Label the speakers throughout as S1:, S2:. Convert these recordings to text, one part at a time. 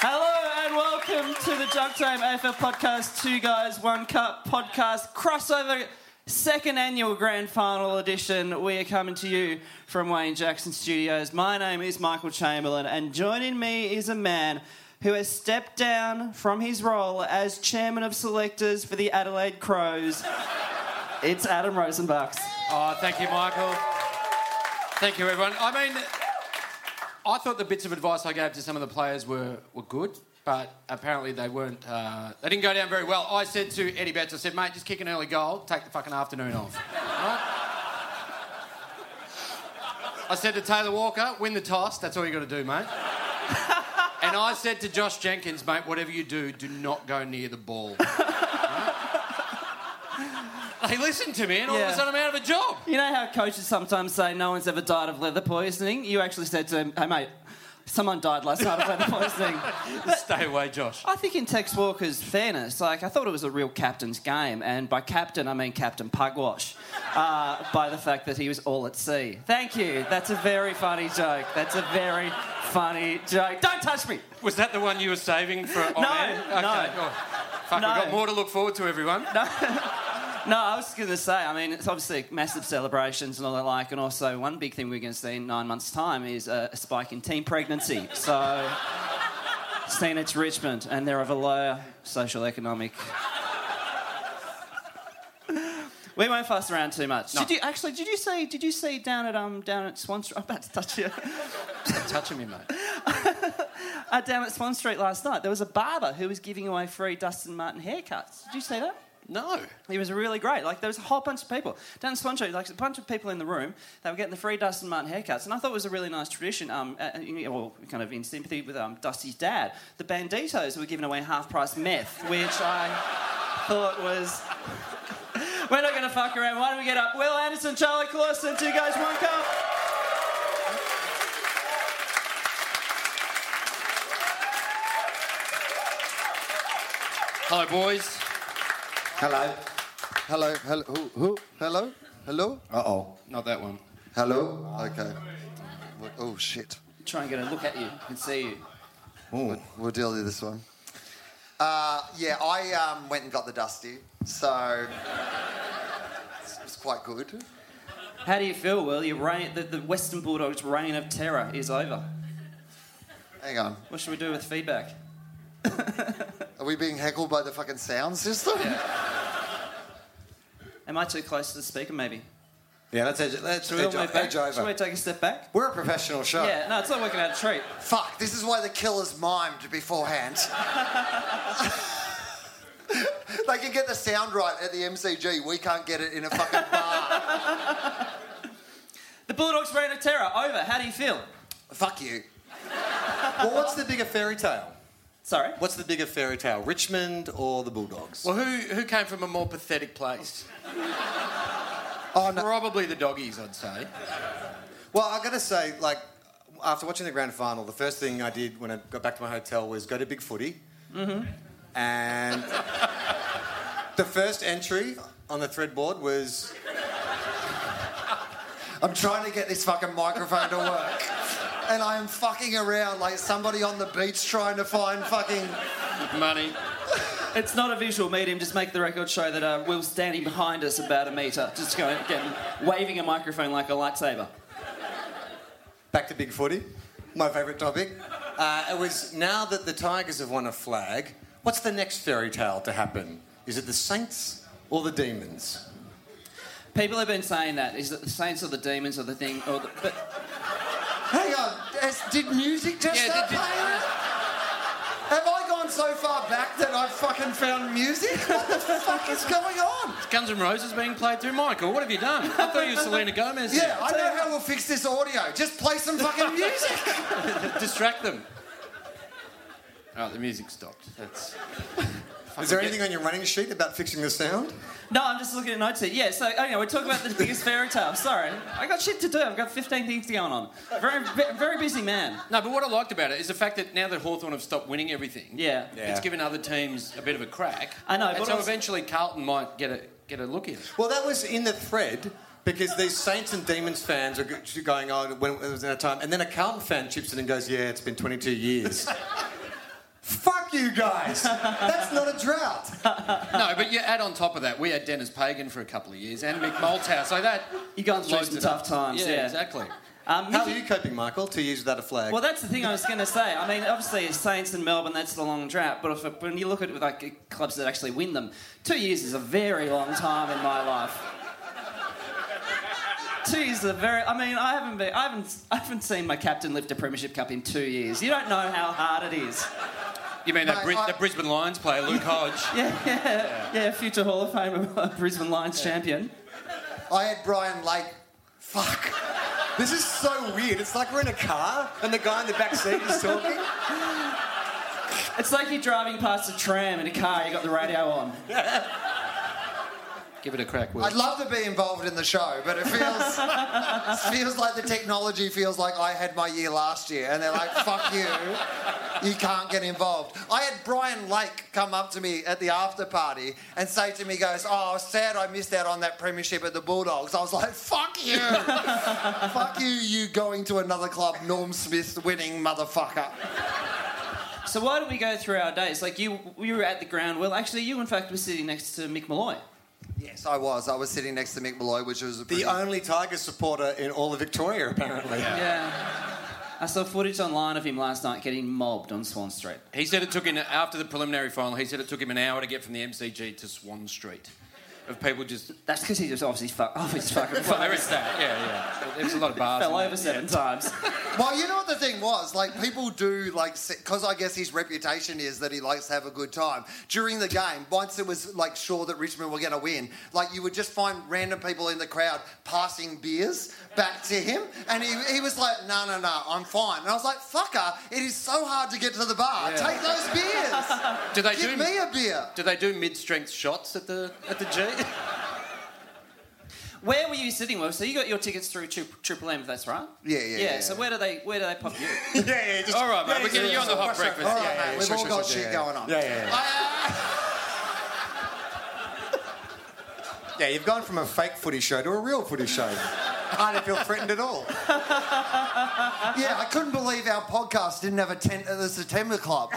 S1: Hello and welcome to the Junk Time AFL podcast, Two Guys, One Cup podcast, crossover second annual grand final edition. We are coming to you from Wayne Jackson Studios. My name is Michael Chamberlain, and joining me is a man who has stepped down from his role as chairman of selectors for the Adelaide Crows. It's Adam Rosenbachs.
S2: Oh, thank you, Michael. Thank you, everyone. I mean, I thought the bits of advice I gave to some of the players were, were good, but apparently they weren't. Uh, they didn't go down very well. I said to Eddie Betts, I said, mate, just kick an early goal, take the fucking afternoon off. Right? I said to Taylor Walker, win the toss. That's all you got to do, mate. and I said to Josh Jenkins, mate, whatever you do, do not go near the ball. Right? They listened to me, and all of
S1: Yeah.
S2: a sudden I'm out of a job.
S1: You know how coaches sometimes say no one's ever died of leather poisoning? You actually said to him, hey mate, someone died last night of leather poisoning.
S2: Stay away, Josh.
S1: I think in Tex Walker's fairness, like I thought it was a real captain's game, and by captain I mean Captain Pugwash, uh, by the fact that he was all at sea. Thank you. That's a very funny joke. That's a very funny joke. Don't touch me.
S2: Was that the one you were saving for on
S1: No,
S2: air?
S1: no.
S2: Oh, fuck,
S1: No.
S2: we've got more to look forward to, everyone.
S1: No, I was going to say, I mean, it's obviously massive celebrations and all that like, and also one big thing we're going to see in nine months' time is a, a spike in teen pregnancy. So, seen it's Richmond, and they're of a lower social economic. We won't fuss around too much. Did you actually? Did you see? Did you see down at um down at Swan Street? I'm about to touch you.
S2: Stop touching me, mate.
S1: uh, down at Swan Street last night, there was a barber who was giving away free Dustin Martin haircuts. Did you see that?
S2: No.
S1: He was really great. Like there was a whole bunch of people down in Swan Street, like a bunch of people in the room. They were getting the free Dustin Martin haircuts, and I thought it was a really nice tradition. Um, uh, uh, you know, well, kind of in sympathy with um, Dusty's dad, the Banditos were giving away half-price meth, which I thought was. We're not going to fuck around. Why don't we get up? Will Anderson, Charlie Clausen, two guys, one cup.
S2: Hello, boys.
S3: Hello. Hello. Hello. Who? who? Hello. Hello. Uh oh.
S2: Not that one.
S3: Hello. Okay. What- Oh shit.
S1: Try and get a look at you and see you.
S3: We'll, we'll deal with this one. Uh, yeah, I um, went and got the dusty, so it's, it's quite good.
S1: How do you feel, Will? Your reign, the, the Western Bulldogs' reign of terror is over.
S3: Hang on.
S1: What should we do with feedback?
S3: Are we being heckled by the fucking sound system?
S1: Am I too close to the speaker? Maybe.
S4: Yeah, let's edge, let's
S1: Should we
S4: edge,
S1: all move
S4: edge,
S1: back? Should we
S4: over.
S1: take a step back?
S4: We're a professional show.
S1: Yeah, no, it's not working out a treat.
S3: Fuck, this is why the killers mimed beforehand. they can get the sound right at the MCG, we can't get it in a fucking bar.
S1: The Bulldogs reign of terror over. How do you feel?
S3: Fuck you.
S4: Well, what's the bigger fairy tale?
S1: Sorry.
S4: What's the bigger fairy tale, Richmond or the Bulldogs?
S2: Well, who, who came from a more pathetic place?
S4: oh,
S2: Probably the doggies, I'd say.
S4: Well, I gotta say, like, after watching the grand final, the first thing I did when I got back to my hotel was go to Big Footy, mm-hmm. and the first entry on the thread board was
S3: I'm trying to get this fucking microphone to work. And I'm fucking around like somebody on the beach trying to find fucking.
S2: Money.
S1: It's not a visual medium. Just make the record show that uh, Will's standing behind us about a metre, just going, getting, waving a microphone like a lightsaber.
S4: back to Big Footy, my favourite topic. Uh, it was now that the Tigers have won a flag, what's the next fairy tale to happen? Is it the Saints or the Demons?
S1: People have been saying that is that the saints or the demons or the thing, or the, but
S3: Hang on, has- did music just
S2: Yeah,
S3: start
S2: did- did-
S3: playing? Have I gone gone so far back that I've fucking found music? What the fuck is going on?
S2: Guns N' Roses being played through. Michael, what have you done? I thought you were Selena Gomez.
S3: Yeah, I know how we'll fix this audio. Just play some fucking music.
S2: Distract them. All right, the music stopped. That's.
S4: Is there
S2: Fucking-
S4: anything on your running sheet about fixing the sound?
S1: No, I'm just looking at notes here. Yeah, so anyway, we're talking about the biggest fairy tale. Sorry. I got shit to do. I've got 15 things going on. Very, very busy man.
S2: No, but what I liked about it is the fact that now that Hawthorn have stopped winning everything,
S1: Yeah.
S4: Yeah.
S2: it's given other teams a bit of a crack.
S1: I know,
S2: And
S1: but
S2: so
S1: I was-
S2: eventually Carlton might get a get a look in.
S4: Well, that was in the thread because these Saints and Demons fans are go- going on when it was in a time, and then a Carlton fan chips in and goes, "Yeah, it's been 22 years." Fuck you guys! That's not a drought.
S2: no, but you add on top of that, we had Dennis Pagan for a couple of years and Mick Malthouse. So that
S1: You gone through
S2: loads
S1: some
S2: it
S1: tough
S2: up.
S1: times, yeah.
S2: exactly.
S1: Um,
S4: How are you coping, Michael? Two years without a flag.
S1: Well, that's the thing I was going to say. I mean, obviously, it's Saints and Melbourne, that's the long drought. But if, when you look at like clubs that actually win them, two years is a very long time in my life. Two years is a very. I mean, I haven't been. I haven't. I haven't seen my captain lift a premiership cup in two years. You don't know how hard it is.
S2: You mean that,
S3: Mate,
S2: Bri-
S3: I-
S2: that Brisbane Lions player, Luke Hodge?
S1: Yeah, yeah, yeah. Future Hall of Famer, Brisbane Lions champion.
S3: I had Brian Lake.
S4: Fuck. This is so weird. It's like we're in a car and the guy in the back seat is talking.
S1: It's like you're driving past a tram in a car. You got the radio on.
S2: Give it a crack, Will.
S3: I'd love to be involved in the show, but it feels it feels like the technology feels like I had my year last year, and they're like, "Fuck you, you can't get involved." I had Brian Lake come up to me at the after party and say to me, he "Goes, oh, I was sad I missed out on that premiership at the Bulldogs." I was like, "Fuck you, fuck you, you going to another club, Norm Smith winning motherfucker."
S1: So why do we go through our days? Like you, you were at the ground. Well, actually, you in fact were sitting next to Mick Malloy.
S3: Yes, I was. I was sitting next to Mick Malloy, which was a
S4: The
S3: pretty-
S4: only Tigers supporter in all of Victoria, apparently.
S1: Yeah. I saw footage online of him last night getting mobbed on Swan Street.
S2: He said it took him after the preliminary final. He said it took him an hour to get from the MCG to Swan Street, of people just.
S1: That's because he was obviously fuck, off his fucking
S2: Well, there
S1: fly.
S2: is that. Yeah, yeah. There was a lot of bars.
S1: Fell
S2: in
S1: over seven times.
S3: Well, you know what the thing was? Like, people do, like, because I guess his reputation is that he likes to have a good time. During the game, once it was, like, sure that Richmond were going to win, like, you would just find random people in the crowd passing beers back to him. And he, he was like, no, no, no, I'm fine. And I was like, fucker, it is so hard to get to the bar. Take those beers.
S2: Do they
S3: Give
S2: do?
S3: me a beer.
S2: do they do mid-strength shots at the at the G?
S1: Where were you sitting? Well, so you got your tickets through Tri- Triple M, if that's right.
S3: Yeah, yeah,
S1: Yeah.
S3: yeah.
S1: So where do they where do they pop you?
S4: Yeah, yeah, just-
S2: All right, mate, we're getting you on the hot
S4: Brush up.
S2: breakfast.
S3: All right,
S2: Yeah,
S3: mate,
S4: yeah,
S3: we've
S4: sure,
S3: all
S4: sure,
S3: got
S4: sure,
S3: shit
S4: yeah.
S3: going on.
S4: Yeah, yeah, yeah. Yeah, you've gone from a fake footy show to a real footy show. I don't feel threatened at all.
S3: Yeah, I couldn't believe our podcast didn't have a ten- uh, the September Club.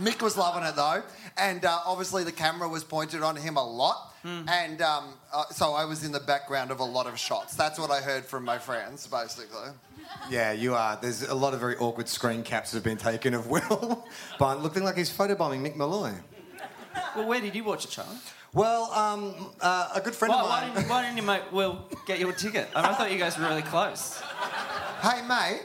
S3: Mick was loving it though, and uh, obviously the camera was pointed on him a lot, and um, uh, so I was in the background of a lot of shots. That's what I heard from my friends, basically.
S4: Yeah, you are. There's a lot of very awkward screen caps that have been taken of Will, but looking like he's photobombing Mick Malloy.
S1: well, where did you watch it, Charlie?
S4: Well, um, uh, a good friend
S1: Why,
S4: of
S1: why,
S4: mine.
S1: didn't, why didn't you make Will get you a ticket? I, mean, I thought you guys were really close.
S3: Hey, mate.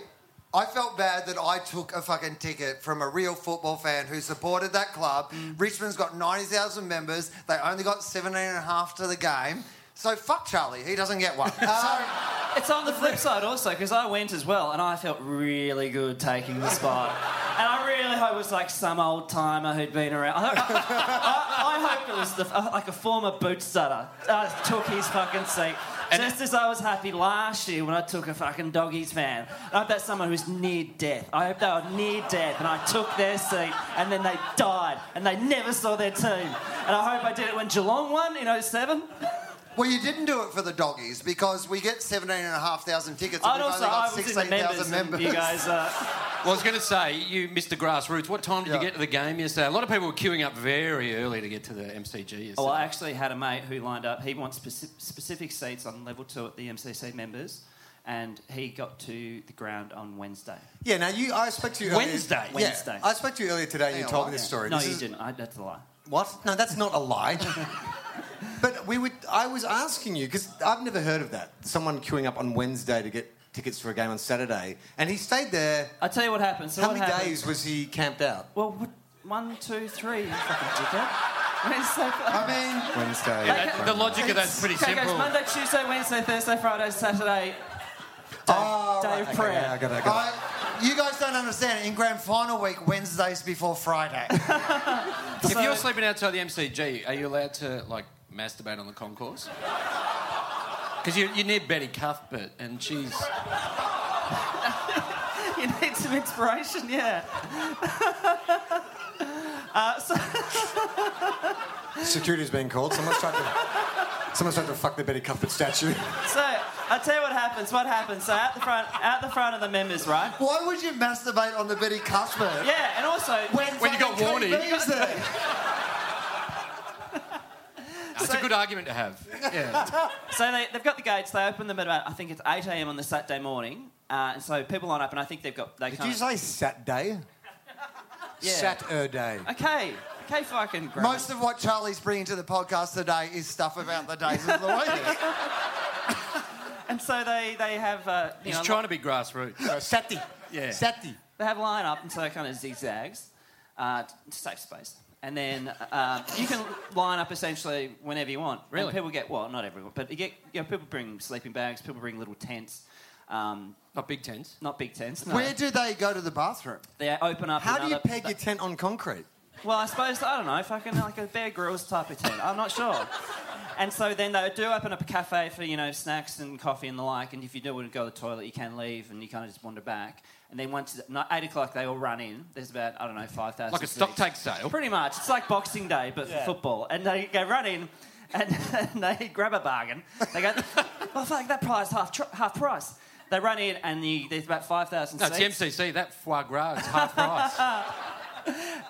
S3: I felt bad that I took a fucking ticket from a real football fan who supported that club. Richmond's got 90,000 members. They only got 17 and a half to the game. So fuck Charlie. He doesn't get one. Uh,
S1: It's on the flip side also because I went as well and I felt really good taking the spot. And I really hope it was like some old timer who'd been around. I, I, I, I hope it was the, uh, like a former bootstutter uh, took his fucking seat. Just as I was happy last year when I took a fucking doggies fan. I hope that's someone who's near death. I hope they were near death and I took their seat and then they died and they never saw their team. And I hope I did it when Geelong won in 07.
S3: well, you didn't do it for the doggies because we get 17 and a half thousand tickets and
S1: And
S3: we've
S1: also,
S3: only
S1: I
S3: got
S1: was in the members.
S3: 16,000 members.
S1: and You guys. Uh,
S2: Well, I was going to say, you missed the grassroots. What time did
S3: Yeah.
S2: you get to the game yesterday? A lot of people were queuing up very early to get to the MCG yesterday.
S1: Oh, Well, I actually had a mate who lined up. He wants speci- specific seats on level two at the MCC members, and he got to the ground on Wednesday.
S4: Yeah, now you. I spoke to you
S1: Wednesday.
S4: Earlier, yeah,
S1: Wednesday.
S4: I spoke to you earlier today. and You
S3: Hang on,
S4: told
S3: what?
S4: me this story.
S1: no,
S4: This
S1: you
S4: is-
S1: didn't. I, that's a lie.
S4: What? No, that's not a lie. but we would. I was asking you because I've never heard of that. Someone queuing up on Wednesday to get tickets for a game on Saturday, and he stayed there.
S1: I tell you what happened. So
S4: How
S1: what
S4: many
S1: happened?
S4: days was he camped out?
S1: Well, what, one, two, three. You fucking dickhead. Wednesday,
S4: I mean, Wednesday.
S2: That- the logic of that's pretty
S1: okay,
S2: simple.
S1: guys. Monday, Tuesday, Wednesday, Thursday, Friday, Saturday.
S4: Oh,
S1: day
S4: right,
S1: of
S4: okay,
S1: prayer.
S4: yeah, I got it, I got it.
S3: I, you guys don't understand. In grand final week, Wednesday's before Friday.
S2: If you're sleeping outside the MCG, are you allowed to like masturbate on the concourse? Because you, you need Betty Cuthbert, and she's
S1: You need some inspiration, yeah.
S4: Security's been called. Someone's tried to. Someone's tried to fuck the Betty Cuthbert statue.
S1: So I'll tell you what happens. What happens? So out the front, out the front of the members, right?
S3: Why would you masturbate on the Betty Cuthbert?
S1: Yeah, and also
S2: When you got
S3: fucking
S2: warning.
S3: TV is there?
S2: it's a good argument to have.
S1: So they, they've got the gates. They open them at about I think it's eight a.m. on the Saturday morning, uh, and so people line up. And I think they've got they
S4: Did
S1: kind
S4: you
S1: of-
S4: say Saturday?
S1: Yeah.
S4: Saturday.
S1: Okay, okay, fucking great.
S3: er Most of what Charlie's bringing to the podcast today is stuff about the days of the week.
S1: and so they they have uh, you
S2: He's
S1: know,
S2: trying to be grassroots.
S4: Sati.
S2: Yeah.
S4: Sati.
S1: they have a line up, and so it kind of zigzags uh, to safe space. And then um, you can line up essentially whenever you want.
S2: Really?
S1: And people get well, not everyone, but you get you know, people bring sleeping bags, people bring little tents, um,
S2: Not big tents.
S1: not big tents. No.
S3: Where do they go to the bathroom?
S1: they open up?
S4: How do you
S1: another-
S4: peg your tent on concrete?
S1: Well, I suppose I don't know, fucking like a Bear Grylls type of tent. I'm not sure. And so then they do open up a cafe for you know snacks and coffee and the like. And if you do want to go to the toilet, you can leave and you kind of just wander back. And then once it's not eight o'clock, they all run in. There's about I don't know five thousand.
S2: Like a stock take sale.
S1: Pretty much, it's like Boxing Day but for football. And they go run in. And, and they grab a bargain. They go, "Well, fuck, that price half tr- half price." They run in, and you, there's about five thousand
S2: No,
S1: seats.
S2: it's the MCC. That foie gras is half price.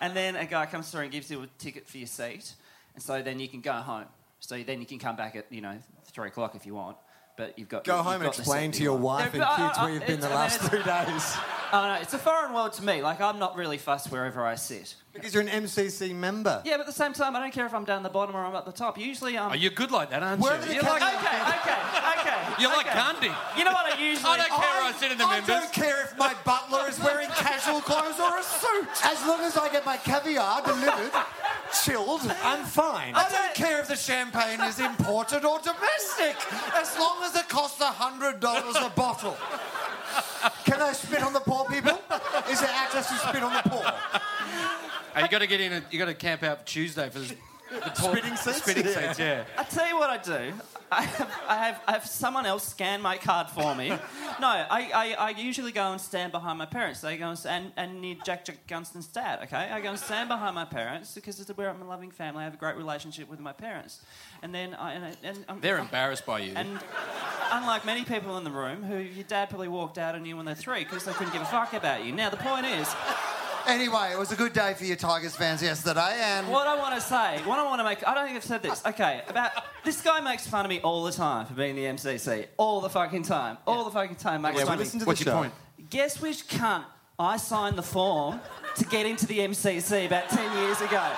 S1: And then a guy comes through and gives you a ticket for your seat, and so then you can go home. So then you can come back at you know three o'clock if you want, but you've got
S4: Go
S1: you've
S4: home and
S1: got the
S4: explain
S1: seat
S4: to your
S1: you want.
S4: wife and
S1: No, but I-
S4: kids
S1: I-
S4: where you've been
S1: it's-
S4: the
S1: I mean,
S4: last
S1: it's-
S4: three days.
S1: I know it's a foreign world to me. Like I'm not really fussed wherever I sit.
S4: Because you're an MCC member.
S1: Yeah, but at the same time, I don't care if I'm down the bottom or I'm at the top. Usually, I'm.
S2: Oh, you're good like that, aren't
S4: Where
S2: you?
S4: did it
S2: You're
S4: come
S2: like,
S1: okay, okay, okay.
S2: you're like
S1: okay.
S2: Gandhi.
S1: You know what I usually.
S2: I don't care where I sit in the
S3: I
S2: members.
S3: don't care if my butler is wearing casual clothes or a suit. As long as I get my caviar delivered, chilled.
S4: I'm fine.
S3: I don't care if the champagne is imported or domestic, as long as it costs $100 a bottle. Can I spit on the poor people? Is there access to spit on the poor?
S2: Oh, you got to get in. and you got to camp out for Tuesday for this. The poor-
S4: Spitting seats?
S2: Spitting
S4: Yeah.
S2: seats, yeah.
S1: I tell you what I do. I have, I have, I have someone else scan my card for me. No, I, I, I usually go and stand behind my parents. They go and, s- and, and near Jack, Jack Gunston's dad, okay? I go and stand behind my parents because it's where I'm a loving family. I have a great relationship with my parents. And then I... And, I, and I'm,
S2: They're embarrassed by you.
S1: And unlike many people in the room who your dad probably walked out on you when they're three because they couldn't give a fuck about you. Now, the point is...
S3: Anyway, it was a good day for your Tigers fans yesterday, and
S1: What I want to say, what I want to make, I don't think I've said this. Okay, about this guy makes fun of me all the time for being the MCC, all the fucking time, all the fucking time makes
S4: Yeah,
S1: fun
S4: well,
S1: of me.
S4: listen to
S2: What's
S4: the
S2: your
S4: show.
S2: point?
S1: Guess which cunt I signed the form to get into the MCC about ten years ago.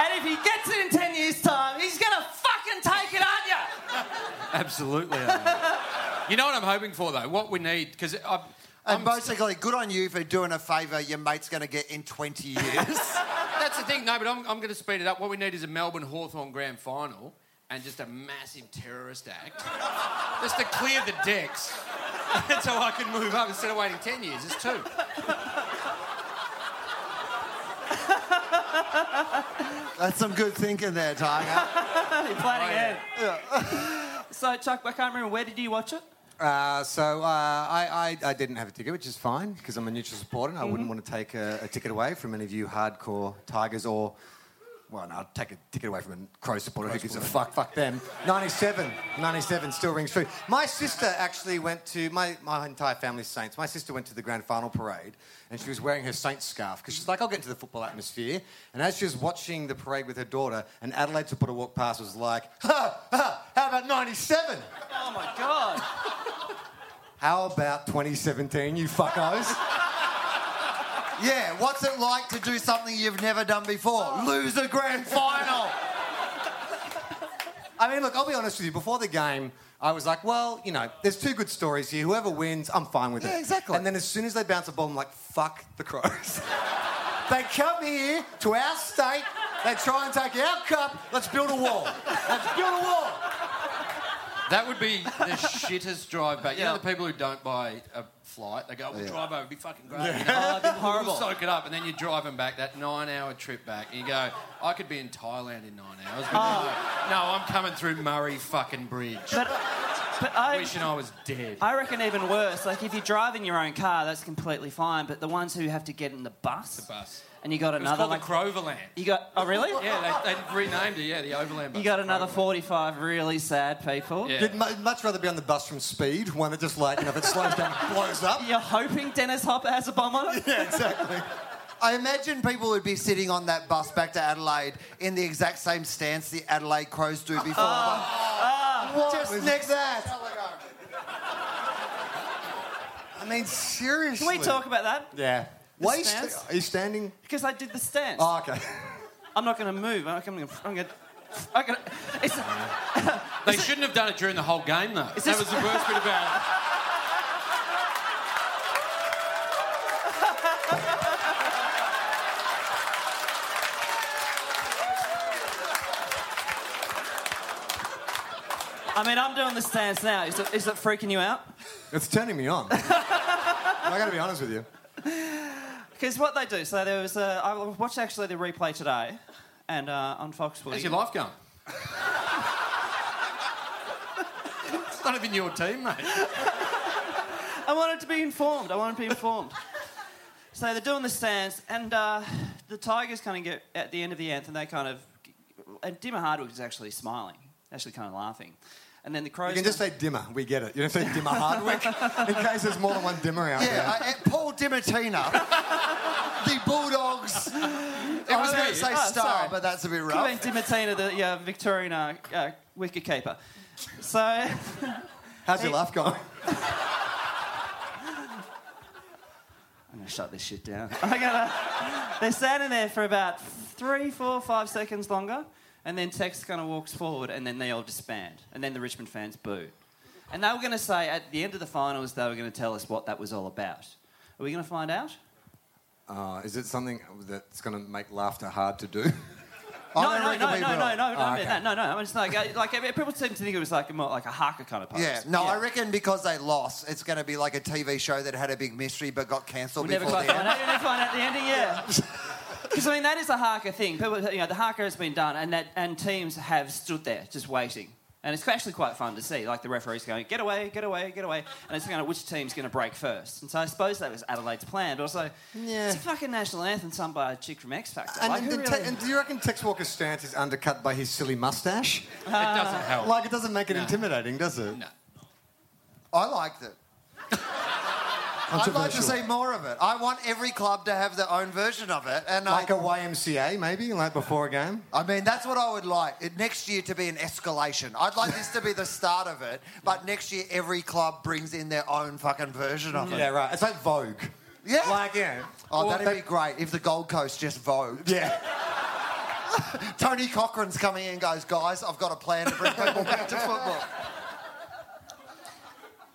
S1: And if he gets it in ten years' time, he's gonna fucking take it, aren't you?
S2: Absolutely. I am. you know what I'm hoping for though. What we need uh, because I'm,
S3: and basically, good on you for doing a favour your mate's going to get in 20 years.
S2: that's the thing. No, but I'm, I'm going to speed it up. What we need is a Melbourne Hawthorn grand final and just a massive terrorist act, just to clear the decks, and so I can move up instead of waiting ten years. It's two.
S3: That's some good thinking there, Tiger.
S1: You're
S4: Oh,
S1: planning ahead. So Chuck, I can't remember where did you watch it?
S4: Uh, so uh, I, I, I didn't have a ticket, which is fine because I'm a neutral supporter and I wouldn't want to take a, a ticket away from any of you hardcore Tigers or, well, no, I'd take a ticket away from a Crow supporter who gives a fuck, fuck them. 97, 97 still rings true. My sister actually went to, my, my entire family's Saints, my sister went to the grand final parade and she was wearing her Saints scarf because she's like, I'll get into the football atmosphere. And as she was watching the parade with her daughter, an Adelaide supporter walked past was like, ha, ha, how about 97?
S1: Oh my god.
S4: How about 2017, you fuckos?
S3: Yeah, what's it like to do something you've never done before? Lose a grand final.
S4: I mean, look, I'll be honest with you. Before the game, I was like, well, you know, there's two good stories here. Whoever wins, I'm fine with it.
S3: Yeah, exactly.
S4: And then as soon as they bounce a ball, I'm like, fuck the Crows. they come here to our state. They try and take our cup. Let's build a wall. Let's build a wall.
S2: That would be the shittest drive back. You
S1: Yeah.
S2: know the people who don't buy a flight, they go, "Oh, we'll drive over, it'd be fucking great. You know?
S1: Oh, it'd be horrible.
S2: We'll soak it up, and then you drive them back, that nine-hour trip back, and you go, I could be in Thailand in nine hours, but no, no, I'm coming through Murray fucking Bridge.
S1: Oh. But, but I,
S2: Wishing I was dead.
S1: I reckon even worse. Like if you're driving your own car, that's completely fine. But the ones who have to get in the bus, the
S2: bus.
S1: and you got
S2: It was
S1: another like
S2: called the Croverland.
S1: you got oh really?
S2: Yeah, they, they renamed it, yeah, the Overland bus.
S1: You got
S2: the
S1: another
S2: Croverland.
S1: 45 really sad people.
S2: Yeah.
S4: You'd mu- much rather be on the bus from speed, one that just like, you know, if it slows down, it blows up.
S1: You're hoping Dennis Hopper has a bomb on it?
S4: Yeah, exactly.
S3: I imagine people would be sitting on that bus back to Adelaide in the exact same stance the Adelaide Crows do before.
S1: Ah.
S3: Like,
S4: was
S3: just next that.
S4: I mean, seriously.
S1: Can we talk about that?
S4: Yeah. Why are you,
S1: stance?
S4: sta- are you standing?
S1: Because I did the stance.
S4: Oh, okay.
S1: I'm not going to move. I'm going to. I'm going to. I'm gonna, it's,
S2: They shouldn't have done it during the whole game, though.
S1: Is
S2: That
S1: this-
S2: was the worst bit about it.
S1: I mean, I'm doing the stance now. Is it, is it freaking you out?
S4: It's turning me on. I gotta be honest with you.
S1: Because what they do, so there was a. I watched actually the replay today, and uh, on Fox Footy.
S2: How's your life going? it's not even your team, mate.
S1: I wanted to be informed. I wanted to be informed. so they're doing the stands, and uh, the Tigers kind of get at the end of the anthem. They kind of, and Dimmer Hardwick is actually smiling, actually kind of laughing, and then the Crows.
S4: You can just say dimmer. We get it. You don't say dimmer Hardwick in case there's more than one dimmer out there.
S3: Yeah, uh, Paul Dimatina, the Bulldogs. I was going
S2: me.
S3: to say
S1: Oh,
S3: star,
S1: sorry.
S3: but that's a bit
S1: Could
S3: rough.
S1: have been Dimatina, the yeah, Victorian uh, uh, wicket keeper. So.
S4: How's your life going?
S1: I'm gonna shut this shit down. I gotta. They're standing there for about three, four, five seconds longer, and then Tex kind of walks forward, and then they all disband, and then the Richmond fans boo, and they were gonna say at the end of the finals they were gonna tell us what that was all about. Are we gonna find out?
S4: Uh, is it something that's gonna make laughter hard to do?
S3: Oh,
S1: No, no, no, no, no, no, no, no,
S4: Oh,
S3: Ah,
S1: I mean
S4: okay.
S1: that. no, no. I mean, it's like, I- like I mean, people tend to think it was like more like a haka kind of pose.
S3: Yeah, no, I reckon because they lost, it's going to be like a TV show that had a big mystery but got cancelled
S1: We never
S3: before
S1: quite
S3: the
S1: find
S3: end.
S1: out. You never find out the ending, yeah. Because I mean, that is a haka thing. People, you know, the haka has been done, and that and teams have stood there just waiting. And it's actually quite fun to see, like the referees going, "Get away, get away, get away," and it's kind of which team's going to break first. And so I suppose that was Adelaide's plan, but also
S4: Yeah.
S1: it's a fucking national anthem sung by a chick from X Factor.
S4: And,
S1: like,
S4: and,
S1: who
S4: and,
S1: really-
S4: and do you reckon Tex Walker's stance is undercut by his silly mustache?
S2: It
S1: Uh,
S2: doesn't help.
S4: Like, it doesn't make it intimidating, does it?
S2: No.
S3: I liked it. I'd like to
S4: Controversial.
S3: see more of it. I want every club to have their own version of it, and
S4: Like
S3: I,
S4: a YMCA, maybe, like before a game?
S3: I mean that's what I would like. It, next year to be an escalation. I'd like this to be the start of it, but next year every club brings in their own fucking version of it.
S4: Yeah, right. It's like Vogue.
S3: Yeah.
S4: Like, yeah.
S3: Oh,
S4: Or
S3: that'd
S4: they-
S3: be great if the Gold Coast just voted.
S4: Yeah.
S3: Tony Cochran's coming in and goes, guys, I've got a plan to bring people back to football.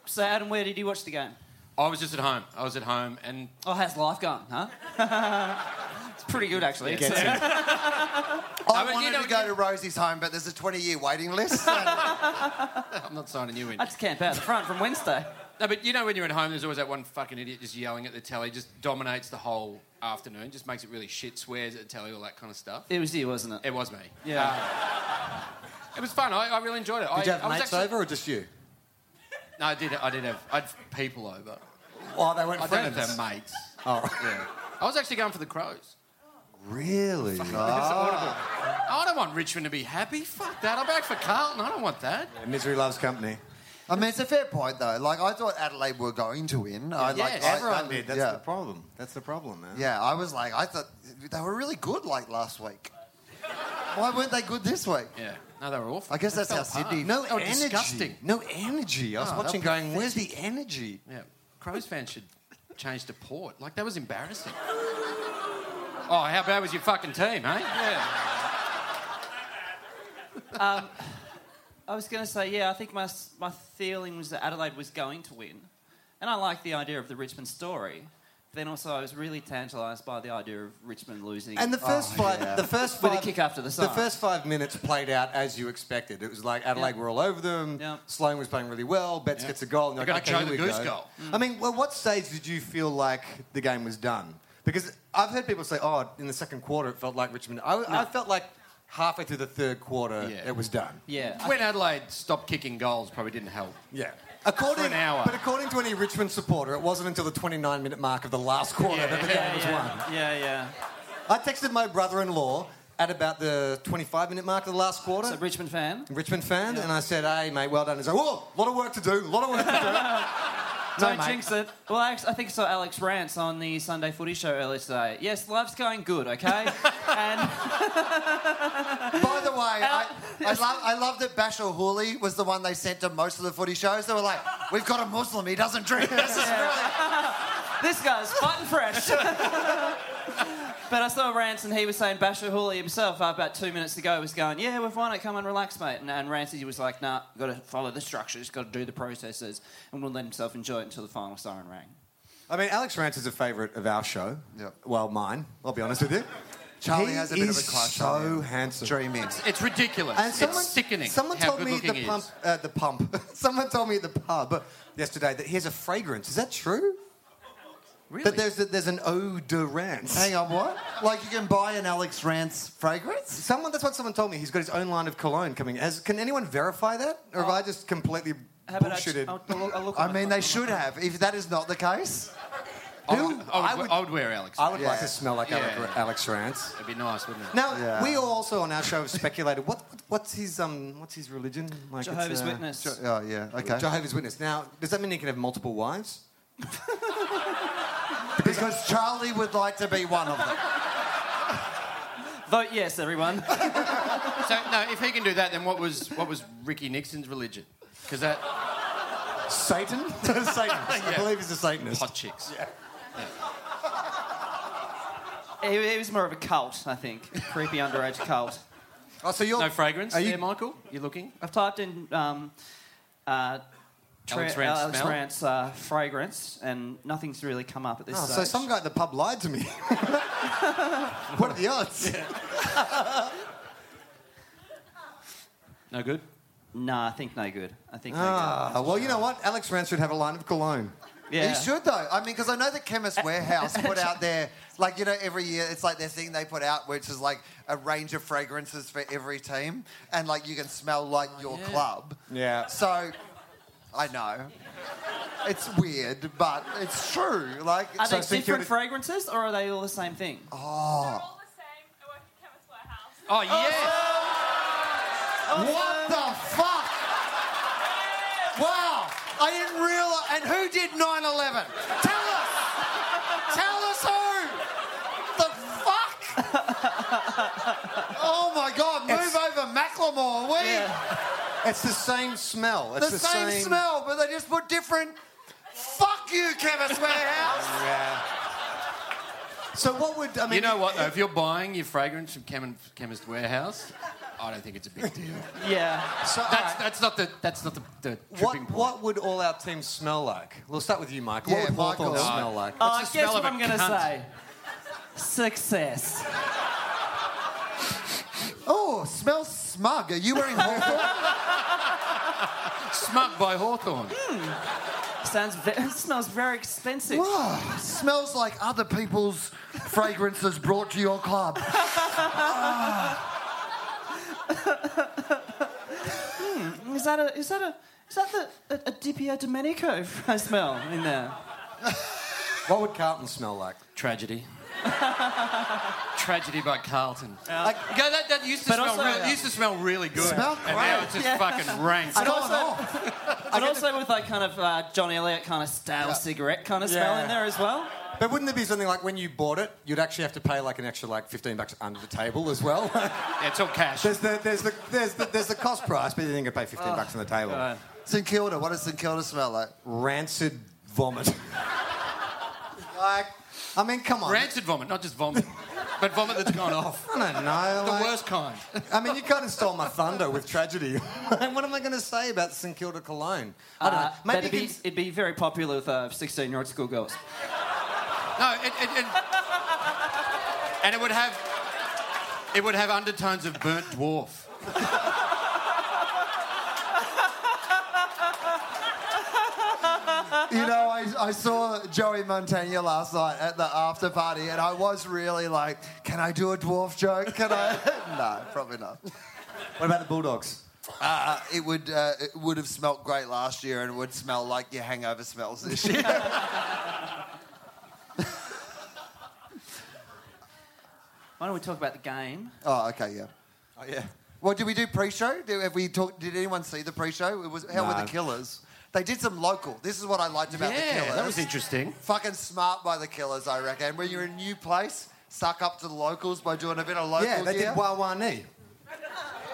S1: so Adam, where did you watch the game?
S2: I was just at home. I was at home, and
S1: Oh, how's life going, huh? it's pretty good, actually.
S4: Gets him.
S3: I,
S2: I mean,
S3: wanted
S2: you know,
S3: to go
S2: you-
S3: to Rosie's home, but there's a 20 year waiting list. And
S2: I'm not signing you in.
S1: I just camp out the front from Wednesday.
S2: No, but you know when you're at home, there's always that one fucking idiot just yelling at the telly, just dominates the whole afternoon, just makes it really shit, swears at the telly, all that kind of stuff.
S1: It was you, wasn't it?
S2: It was me.
S1: yeah.
S2: It was fun. I, I really enjoyed it. I,
S4: Did you have
S2: I was
S4: mates
S2: actually-
S4: over or just you?
S2: No, I did. I did have. I had people over.
S4: Oh, they weren't
S2: I don't have their mates.
S4: Oh,
S2: Yeah. I was actually going for the crows.
S4: really? Ah.
S2: I don't want Richmond to be happy. Fuck that. I'm back for Carlton. I don't want that.
S4: Misery loves company.
S3: I mean, it's a fair point, though. Like, I thought Adelaide were going to win. I,
S2: Yeah,
S3: like, I-
S4: Everyone
S3: I-
S4: did. That's
S3: yeah.
S4: the problem. That's the problem, man.
S3: Yeah, I was like, I thought they were really good like last week. Why weren't they good this week?
S2: Yeah. No, they were awful.
S3: I guess
S2: They
S3: that's how
S2: fell apart.
S3: Sydney-
S4: No
S2: They were
S4: energy.
S2: Disgusting.
S4: Oh, No energy. I was
S2: Oh,
S4: watching,
S2: they're
S4: going, "Where's the energy?"
S2: Yeah. Crows fans should change to Port. Like that was embarrassing. Oh, how bad was your fucking team, eh? Yeah.
S1: Um, I was going to say, yeah, I think my, s- my feeling was that Adelaide was going to win. And I like the idea of the Richmond story. But then also, I was really tantalised by the idea of Richmond losing.
S4: And the
S2: Oh,
S4: first five, the first
S1: With a
S4: five,
S1: kick after the side.
S4: first five minutes played out as you expected. It was like Adelaide
S1: Yeah.
S4: were all over them.
S1: Yeah.
S4: Sloan was playing really well. Betts gets a goal. And you're
S2: They
S4: like,
S2: got
S4: okay,
S2: Joe
S4: here
S2: the
S4: we
S2: Goose
S4: go.
S2: goal.
S4: I mean, well, what stage did you feel like the game was done? Because I've heard people say, "Oh, in the second quarter, it felt like Richmond." I, I felt like halfway through the third quarter,
S2: Yeah.
S4: it was done.
S1: yeah. I-
S2: When Adelaide stopped kicking goals, probably didn't help.
S4: Yeah. According,
S2: For an hour.
S4: But according to any Richmond supporter, it wasn't until the 29 minute mark of the last quarter that the game was won.
S1: yeah, yeah, yeah.
S4: I texted my brother in law at about the 25 minute mark of the last quarter.
S1: So, Richmond fan?
S4: Richmond fan, and I said, "Hey, mate, well done." He's like, "Whoa, a lot of work to do, a lot of work to do."
S1: Don't jinx it. Well, I, act- I think I saw Alex Rance on the Sunday Footy Show earlier today. Yes, life's going good, okay? and
S3: By the way, I, I, love, I love that Bashir Hooley was the one they sent to most of the footy shows. They were like, we've got a Muslim, he doesn't drink. This is really...
S1: this guy's fighting fresh. but I saw Rance and he was saying Bashir Hooley himself uh, about two minutes ago was going, yeah, we've won it, come on, relax, mate. And, and Rance he was like, nah, got to follow the structures, got to do the processes, and will let himself enjoy it until the final siren rang.
S4: I mean, Alex Rance is a favourite of our show.
S3: Yep.
S4: Well, mine. I'll be honest with you.
S3: Charlie
S4: He
S3: has a bit of a
S4: is
S3: crush
S4: so
S3: on him.
S4: handsome.
S3: Dreaming.
S2: It's ridiculous.
S4: And someone,
S2: it's sickening.
S4: Someone
S2: how
S4: told
S2: good
S4: me
S2: looking
S4: the
S2: he
S4: pump,
S2: is.
S4: uh, the pump. someone told me at the pub yesterday that he has a fragrance. Is that true?
S2: Really?
S4: That there's a, there's an eau de Rance.
S3: Hang on, what? Like you can buy an Alex Rance fragrance?
S4: Someone, that's what someone told me. He's got his own line of cologne coming. Has, can anyone verify that, or have I just completely
S1: How about I just-
S4: bullshitted?
S1: I'll- I'll look- I'll look on
S3: I
S1: the
S3: mean,
S1: phone.
S3: they should have. If that is not the case,
S2: I would, I would,
S4: I would-
S2: I would wear Alex.
S4: I would like
S3: Yeah.
S4: to smell like
S2: Yeah.
S4: Alex, Alex Rance.
S2: It'd be nice, wouldn't it?
S4: Now
S3: Yeah.
S4: we also on our show have speculated what what's his um what's his religion like? it's,
S1: Jehovah's
S4: uh,
S1: Witness.
S3: oh yeah, okay.
S4: Jehovah's Witness. Now does that mean he can have multiple wives?
S3: Because Charlie would like to be one of them.
S1: Vote yes, everyone.
S2: So no, if he can do that, then what was what was Ricky Nixon's religion? Because that
S4: Satan. Satanist. I
S2: Yeah.
S4: believe he's a Satanist.
S2: hot chicks.
S1: he, he was more of a cult, I think. Creepy underage cult.
S4: Oh, so you're
S2: No fragrance
S4: Are you-
S2: there, Michael. You're looking.
S1: I've typed in um, uh,
S2: Alex
S1: tra-
S2: Rance
S1: Alex
S2: smell?
S1: Rance, uh, fragrance, and nothing's really come up at this
S4: Oh,
S1: stage.
S4: so some guy at the pub lied to me. what are the odds?
S2: No good.
S1: No, I think no good. I think no
S4: Ah, well, you know what? Alex Rance should have a line of cologne.
S1: good. Yeah.
S3: You should though. I mean, because I know the Chemist Warehouse put out their like you know every year it's like their thing they put out, which is like a range of fragrances for every team, and like you can smell like your club.
S4: Yeah.
S3: So, I know. It's weird, but it's true. Like,
S1: Are
S3: so
S1: they
S4: think you
S1: different
S4: would-
S1: fragrances or are they all the same thing?
S5: all the same. I work at Chemist Warehouse.
S2: Oh yeah.
S3: what the fuck? Wow! I didn't realize. And who did 9/11? Tell us. Tell us who. The fuck? oh my God! Move
S4: It's-
S3: over, Macklemore. We
S4: It's the same smell. It's
S3: the,
S4: the,
S3: same, smell, but they just put different. Fuck you, Chemist Warehouse.
S4: Yeah. So what would I mean?
S2: You know what though? If you're buying your fragrance from Chem- Chemist Warehouse, I don't think it's a big deal.
S1: Yeah.
S4: So, all
S2: That's
S4: right,
S2: that's not the that's not the, the tripping
S4: what
S2: point.
S4: what would all our teams smell like? We'll start with you, Mike.
S3: Yeah,
S4: what would Hawthorne
S3: Michael.
S4: smell like?
S1: Oh,
S2: the
S1: guess
S2: smell
S1: what
S2: of a
S1: I'm going to
S2: cunt?
S1: say. Success.
S3: Oh, smells smug. Are you wearing Hawthorne?
S2: Smug by Hawthorne.
S1: Sounds ve- it smells very expensive.
S3: Whoa, smells like other people's fragrances brought to your club.
S1: Is that a is that a is that the, a, a Dipio Domenico I smell in there?
S4: What would Carlton smell like?
S2: Tragedy. Tragedy by Carlton.
S4: Like,
S2: Yeah, that, that used to
S1: But
S2: smell.
S1: also-
S2: really, used to smell really good.
S3: Smell
S2: and now it's just fucking rank.
S3: It's gone off.
S1: But also with like kind of uh, John Elliott kind of stale cigarette kind of smell
S4: Yeah.
S1: in there as well.
S4: but wouldn't there be something like when you bought it, you'd actually have to pay like an extra like fifteen bucks under the table as well?
S2: Yeah, it's all cash.
S4: there's the there's the there's the there's the cost price, but you think you pay fifteen bucks on the table.
S3: St Kilda. What does St Kilda smell like?
S4: Rancid vomit. like, I mean, come on.
S2: Rancid vomit, not just vomit. but vomit that's gone off.
S4: I don't know.
S2: The
S4: like-
S2: worst kind.
S4: I mean, you kind of stole my thunder with tragedy. what am I going to say about St Kilda Cologne? I don't know.
S1: Uh, but it'd,
S4: you
S1: be,
S4: can-
S1: it'd be very popular with uh, 16 year old schoolgirls.
S2: No, it, it, it, and it would have it would have undertones of burnt dwarf.
S3: You know, I, I saw Joey Montana last night at the after party, and I was really like, can I do a dwarf joke? Can I? no, probably not.
S4: What about the Bulldogs?
S3: Uh, it would uh, it would have smelt great last year, and it would smell like your hangover smells this year.
S1: Why don't we talk about the game?
S3: oh, okay, yeah.
S4: Oh yeah.
S3: Well, did we do pre-show? Did, have we talked? Did anyone see the pre-show? It was how were
S4: No.
S3: the killers? They did some local. This is what I liked about the killers.
S2: interesting.
S3: Fucking smart by the killers, I reckon. When you're in a new place, suck up to the locals by doing a bit of local.
S4: Yeah, they
S3: gear.
S4: did Wawani.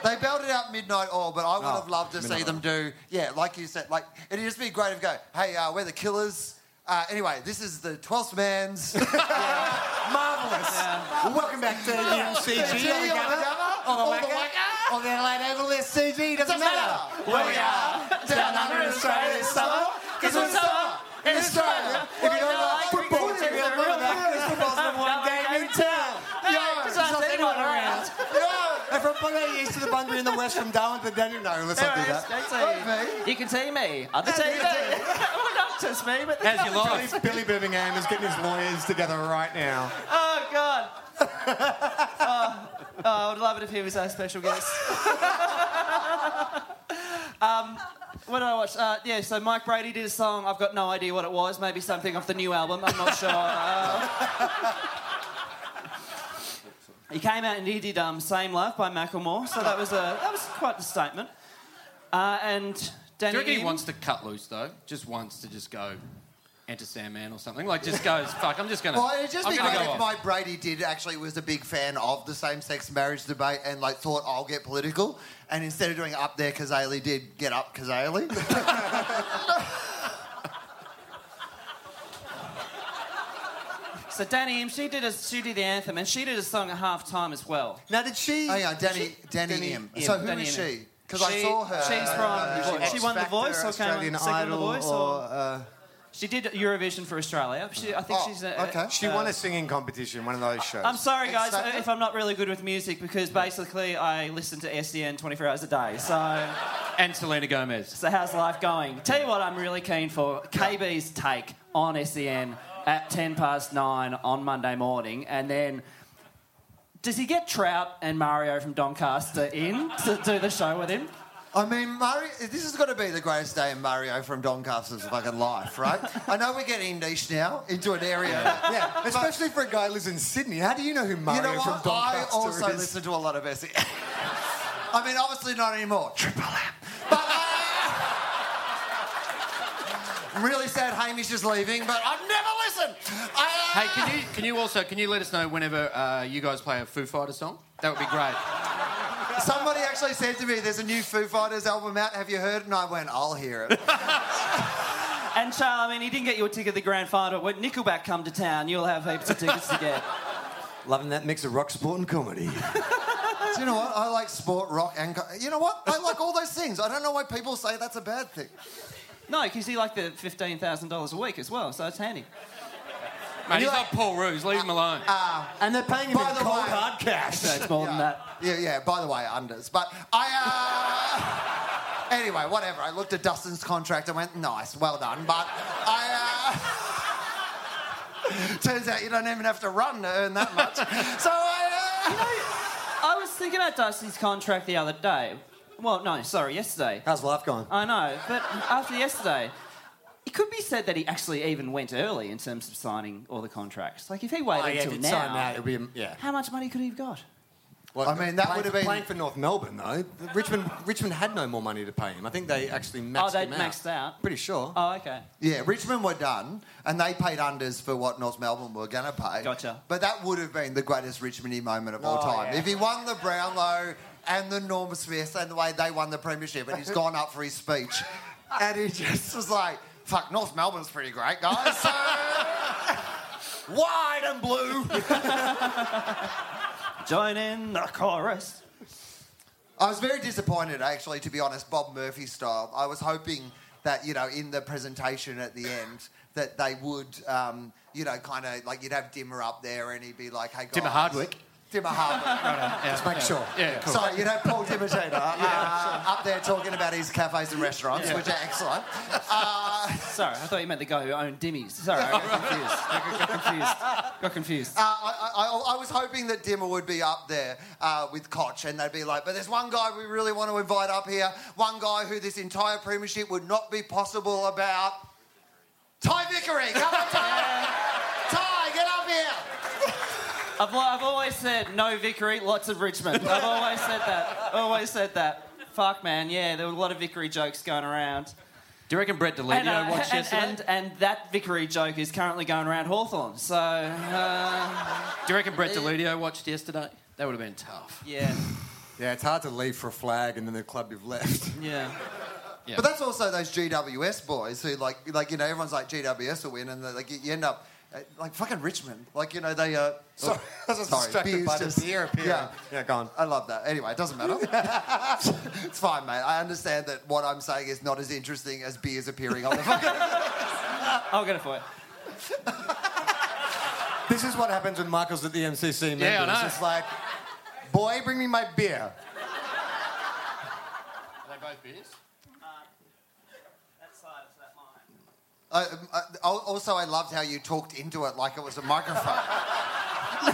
S3: They belted out Midnight Oil, but I would
S4: Oh,
S3: have loved to see
S4: Midnight
S3: them do, yeah, like you said, like, it'd just be great if go, hey, uh, we're the killers. Uh, anyway, this is the 12th man's.
S4: Marvelous. Well, welcome back to UCG.
S3: Yeah, on the cover,
S4: On
S3: on
S4: the
S3: the
S4: whacker, on the light over list CG. Doesn't matter.
S3: matter. We are down under in Australia this summer, 'cause we're summer in Australia. If you don't like football, then you're not
S4: This football's number one game in town.
S3: Yo,
S1: there's
S3: there's
S1: not
S3: not
S1: anyone
S3: anyone
S1: around.
S3: Yo,
S4: And from Bunbury East to the Bunbury in the West, from Darwin to Daniel. No, let's not do
S1: Anyways,
S4: that.
S1: don't say-
S3: Okay.
S1: You can see me on the
S3: Yeah,
S1: TV.
S3: you can.
S1: well, not just me, but the
S2: How's your life?
S4: Billy Birmingham is getting his lawyers together right now.
S1: Oh God. oh, oh, I would love it if he was our special guest. um, what did I watch? Uh, yeah, so Mike Brady did a song. I've got no idea what it was. Maybe something off the new album. I'm not sure. Uh, he came out and he did um, "Same Love" by Macklemore. So that was a that was quite the statement. Uh, and
S2: Do
S1: Danny
S2: you reckon he
S1: Eaton-
S2: wants to cut loose though? Just wants to just go enter Sandman or something? Like just goes, fuck, I'm just gonna
S3: Well, it'd just
S2: I'm
S3: be
S2: gonna
S3: great
S2: go off.
S3: if Mike Brady did actually was a big fan of the same-sex marriage debate and like thought I'll get political, and instead of doing up there Kazali did get up Kazali.
S1: So Danny, Im, she did a she did the anthem, and she did a song at half time as well.
S4: Now, did she?
S3: Hang on, Danny, Danny,
S4: Danny
S3: Im.
S4: Im.
S3: So who
S1: Danny
S3: is
S1: Im.
S3: she? Because I
S1: She-
S3: saw her.
S1: she's from-
S3: Uh,
S1: she won The
S3: X Factor,
S1: Voice or came on
S3: Australian
S1: second on The
S3: Idol
S1: Voice or-
S3: or, uh,
S1: She did Eurovision for Australia. She, I think
S3: Oh,
S1: she's a,
S3: okay.
S4: She won a singing competition, one of those shows.
S1: I'm sorry, guys,
S3: Exactly.
S1: if I'm not really good with music because basically I listen to SEN 24 hours a day. So,
S2: And Selena Gomez.
S1: so how's life going? Tell you what, I'm really keen for KB's take on SEN at 10 past nine on Monday morning, and then. Does he get Trout and Mario from Doncaster in to do the show with him?
S3: I mean, Mario, this has got to be the greatest day in Mario from Doncaster's fucking life, right? I know we're getting niche now into an area.
S4: yeah, especially for a guy who lives in Sydney. How do you know who Mario
S3: You know
S4: from
S3: what? I
S4: Doncaster
S3: also
S4: is?
S3: listen to a lot of SEN. I mean, obviously not anymore. Triple M. But I, I'm uh, really sad Hamish is leaving, but I've never listened. Uh, I,
S2: Hey, can you can you also can you let us know whenever uh, you guys play a Foo Fighter song? That would be great.
S3: Somebody actually said to me, "There's a new Foo Fighters album out. Have you heard?" And I went, "I'll hear it."
S1: And Charles, I mean, he didn't get you a ticket to the grand final. When Nickelback come to town, you'll have heaps of tickets to get.
S4: Loving that mix of rock, sport, and comedy.
S3: Do you know what? I like sport, rock, and co- you know what? I like all those things. I don't know why people say that's a bad thing.
S1: No, because he like the fifteen thousand dollars a week as well, so it's handy.
S2: Mate, he's like Paul Ruse, leave him alone.
S4: and they're paying him
S3: By
S4: in
S3: the
S4: cold
S3: way-
S4: hard cash.
S1: So it's more than that.
S3: Yeah, yeah. By the way, unders. But I. Uh... anyway, whatever. I looked at Dustin's contract and went, "Nice, well done." But I. Uh... Turns out you don't even have to run to earn that much. so I. uh,
S1: I was thinking about Dusty's contract the other day. Well, no, sorry, yesterday.
S4: How's life going?
S1: I know, but after yesterday, it could be said that he actually even went early in terms of signing all the contracts. Like if he
S4: Oh,
S1: waited until now,
S4: it'd be a- yeah.
S1: how much money could he have got?
S4: Well,
S3: I mean, that
S4: playing-
S3: would have been-
S4: playing for North Melbourne though. Richmond, Richmond had no more money to pay him. I think they actually maxed
S1: Oh, they'd
S4: him out.
S1: maxed out.
S4: Pretty sure.
S1: Oh, okay.
S3: Yeah, Richmond were done, and they paid unders for what North Melbourne were going to pay.
S1: Gotcha.
S3: But that would have been the greatest Richmondy moment of all
S1: Oh,
S3: time.
S1: yeah.
S3: If he won the Brownlow and the Norm Smith and the way they won the premiership, and he's gone up for his speech, and he just was like, "Fuck, North Melbourne's pretty great, guys." So wide and blue.
S1: Join in the chorus.
S3: I was very disappointed, actually, to be honest, Bob Murphy style. I was hoping that, you know, in the presentation at the end, that they would, um, you know, kind of like you'd have Dimmer up there and he'd be like, hey, guys.
S2: Dimmer Hardwick.
S3: Dimmer Hardwick. Just make sure.
S2: Yeah, cool.
S3: Sorry, you'd have Paul Dimmertainer uh, up there talking about his cafes and restaurants, which are excellent. Uh,
S1: Sorry, I thought you meant the guy who owned Dimmies. Sorry, I got confused. I got confused. Got confused.
S3: Uh, I, I, I- I was hoping that Dimmer would be up there uh, with Koch and they'd be like, but there's one guy we really want to invite up here, one guy who this entire premiership would not be possible about. Ty Vickery, come on, Ty! Ty, get up here!
S1: I've, li- I've always said no Vickery, lots of Richmond. I've always said that. Always said that. Fuck, man. Yeah, there were a lot of Vickery jokes going around.
S2: Do you reckon Brett Deledio
S1: uh,
S2: watched
S1: and,
S2: yesterday?
S1: and, and that Vickery joke is currently going around Hawthorn. So, uh,
S2: Do you reckon Brett Deledio watched yesterday? That would have been tough.
S1: yeah,
S4: Yeah, it's hard to leave for a flag and then the club you've left.
S1: yeah.
S3: But that's also those GWS boys who, like, like you know, everyone's like, GWS will win, and they're like, you you end up, uh, like, fucking Richmond. Like, you know, they, uh,
S4: Sorry, I was distracted
S3: beer's
S4: by the
S3: just-
S4: beer appearing.
S3: Yeah.
S4: yeah, go on.
S3: I love that. Anyway, it doesn't matter. it's fine, mate. I understand that what I'm saying is not as interesting as beers appearing on the fucking.
S1: I'll get it for you.
S4: This is what happens when Michael's at the MCC. Member.
S2: Yeah, I know.
S4: It's just like, boy, bring me my beer.
S2: Are they both beers?
S1: That side of that line.
S3: I, I, al- also, I loved how you talked into it like it was a microphone.
S1: I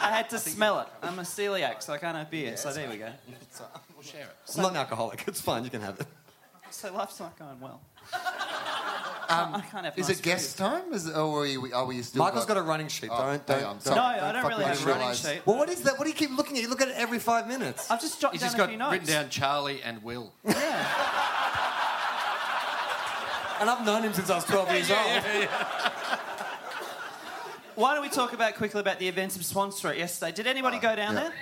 S1: had to smell it. I'm a celiac, so I can't have beer. so there we go.
S2: We'll share it.
S4: I'm not an alcoholic. It's fine. You can have it.
S1: So life's not going well. I can't have.
S3: Um, Is
S1: nice
S3: it guest time? Is, or are you, are we still?
S4: Michael's got a running sheet.
S3: Oh,
S4: don't
S3: hang
S4: don't.
S3: on.
S4: don't-
S1: food. No,
S3: don't
S1: I don't
S3: fuck
S1: really
S3: with
S1: have a
S3: my
S1: running
S3: realize.
S1: sheet.
S4: Well, what is that? What do you keep looking at? You look at it every five minutes.
S1: I've just jotted
S2: He's
S1: down
S2: just
S1: a
S2: got
S1: few notes.
S2: written down Charlie and Will.
S1: Yeah.
S4: And I've known him since I was 12 years old.
S1: Why don't we talk about quickly about the events of Swan Street yesterday? Did anybody go down
S3: yeah.
S1: there?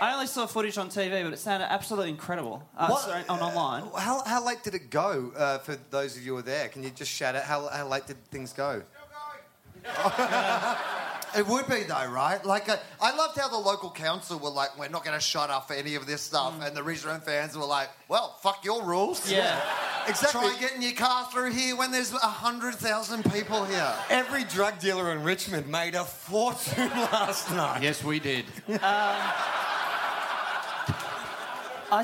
S1: I only saw footage on TV, but it sounded absolutely incredible. Uh,
S4: What-
S1: sorry, on online.
S4: How, how late did it go uh, for those of you who were there? Can you just shout out how, how late did things go?
S3: It would be though, right? Like, uh, I loved how the local council were like, "We're not going to shut up for any of this stuff," and the Richmond fans were like, "Well, fuck your rules."
S1: Yeah.
S3: Exactly. Try getting your car through here when there's hundred thousand people here.
S4: Every drug dealer in Richmond made a fortune last night.
S2: Yes, we did.
S1: I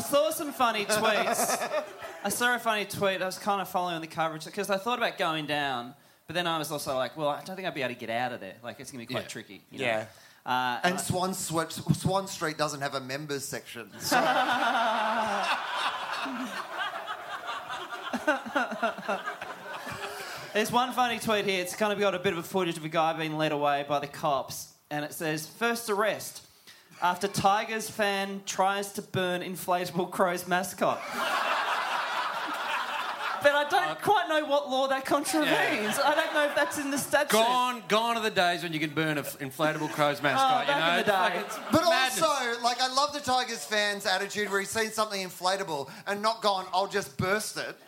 S1: saw some funny tweets. I saw a funny tweet. I was kind of following the coverage because I thought about going down, but then I was also like, well, I don't think I'd be able to get out of there. Like, it's going to be quite
S2: Yeah.
S1: tricky. you know?
S4: Yeah.
S1: Uh,
S3: And Swan, Sw- Swan Street doesn't have a members section. So
S1: There's one funny tweet here. It's kind of got a bit of a footage of a guy being led away by the cops, and it says first arrest after Tigers fan tries to burn inflatable crows mascot. but I don't quite know what law that contravenes. I don't know if that's in the statute.
S2: Gone, gone are the days when you can burn an inflatable crow's mascot.
S1: Oh, back
S2: you know,
S1: in the day.
S2: Like, it's
S3: But
S2: madness.
S3: also, like, I love the Tigers fans' attitude where he's seen something inflatable and not gone, I'll just burst it.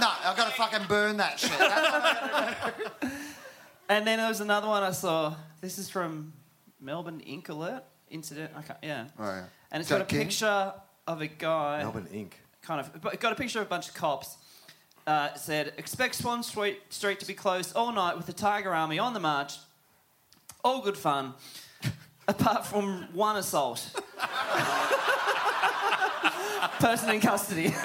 S3: No, I've got to fucking burn that shit. That's-
S1: And then there was another one I saw. This is from Melbourne Ink Alert incident. I can't, yeah.
S3: Oh, yeah.
S1: And it's
S3: Jack
S1: got a
S3: King?
S1: picture of a guy.
S4: Melbourne Inc.
S1: kind of but it got a picture of a bunch of cops. Uh, said expect Swan Street, Street to be closed all night with the Tiger Army on the march. All good fun, apart from one assault. Person in custody.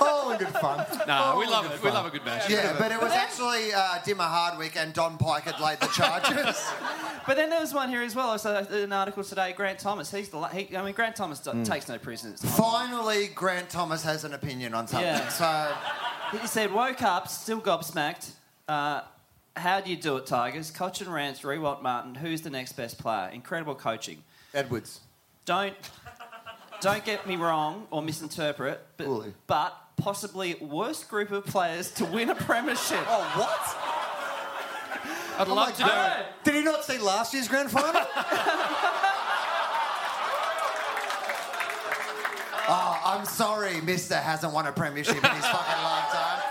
S3: oh, good fun.
S2: Oh, no, Uh, we love it. We love a good mascot.
S3: Yeah, but it was actually uh, Dimmer Hardwick and Don Pike had laid the charges.
S1: but then there was one here as well. I saw an article today. Grant Thomas. He's the. la- He, I mean, Grant Thomas do- takes no prisoners.
S3: Finally, Grant Thomas has an opinion on something.
S1: Yeah.
S3: So,
S1: He said, woke up, still gobsmacked. Uh, how do you do it, Tigers? Koch and Rance, Rewalt Martin. Who's the next best player? Incredible coaching.
S4: Edwards.
S1: Don't don't get me wrong or misinterpret, but,
S3: Wooly.
S1: but possibly worst group of players to win a premiership.
S4: Oh, what?
S2: I'd
S3: Oh
S2: love to do it.
S4: Did he not see last year's grand final?
S3: oh, I'm sorry, Mister hasn't won a premiership in his fucking lifetime.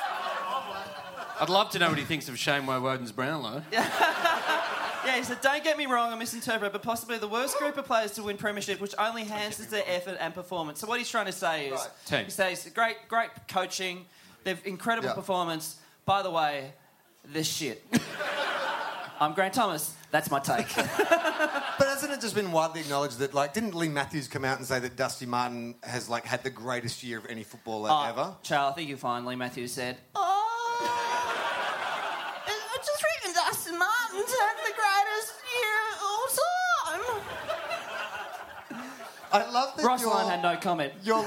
S2: I'd love to know what he thinks of Shameway Woden's Brownlow.
S1: Yeah, he said, don't get me wrong, I misinterpreted, but possibly the worst group of players to win premiership, which only enhances their effort and performance. So what he's trying to say is,
S2: Team.
S1: he says, great, great coaching, they've incredible
S3: Yeah.
S1: performance. By the way, they're shit. I'm Grant Thomas. That's my take.
S4: But hasn't it just been widely acknowledged that, like, didn't Lee Matthews come out and say that Dusty Martin has, like, had the greatest year of any footballer
S3: Uh,
S1: Oh,
S4: ever?
S1: Charles, I think you finally, Matthew said. Oh, I just reckon Dustin Martin's had the greatest year of all time.
S4: I love that
S1: Ross
S4: your,
S1: Lyon had no comment.
S4: your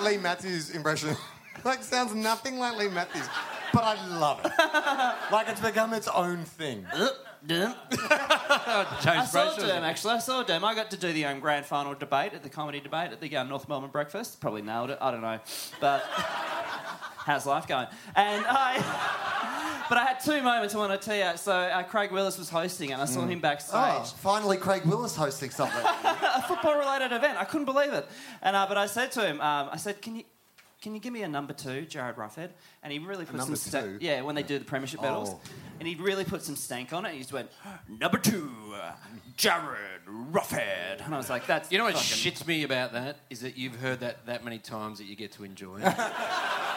S4: Lee, Lee Matthews impression, like, sounds nothing like Lee Matthews, but I love it. like, it's become its own thing.
S1: Derm. I
S2: James
S1: saw
S2: Brayshaw.
S1: Derm actually. I saw Derm. I got to do the um, grand final debate at the comedy debate at the um, North Melbourne Breakfast. Probably nailed it. I don't know, but how's life going? And I. But I had two moments I want to tell you. So uh, Craig Willis was hosting, and I saw him backstage.
S3: Oh, finally, Craig Willis hosting something.
S1: football related event. I couldn't believe it. And uh, but I said to him, um, I said, can you? Can you give me a number two, Jared Roughhead? And he really put some
S4: number
S1: sta-
S4: two?
S1: yeah when they do the premiership medals,
S4: Oh.
S1: and he really put some stank on it. He just went number two, uh, Jared Roughhead, and I was like, that's
S2: You know what
S1: fucking-
S2: shits me about that is that you've heard that that many times that you get to enjoy it.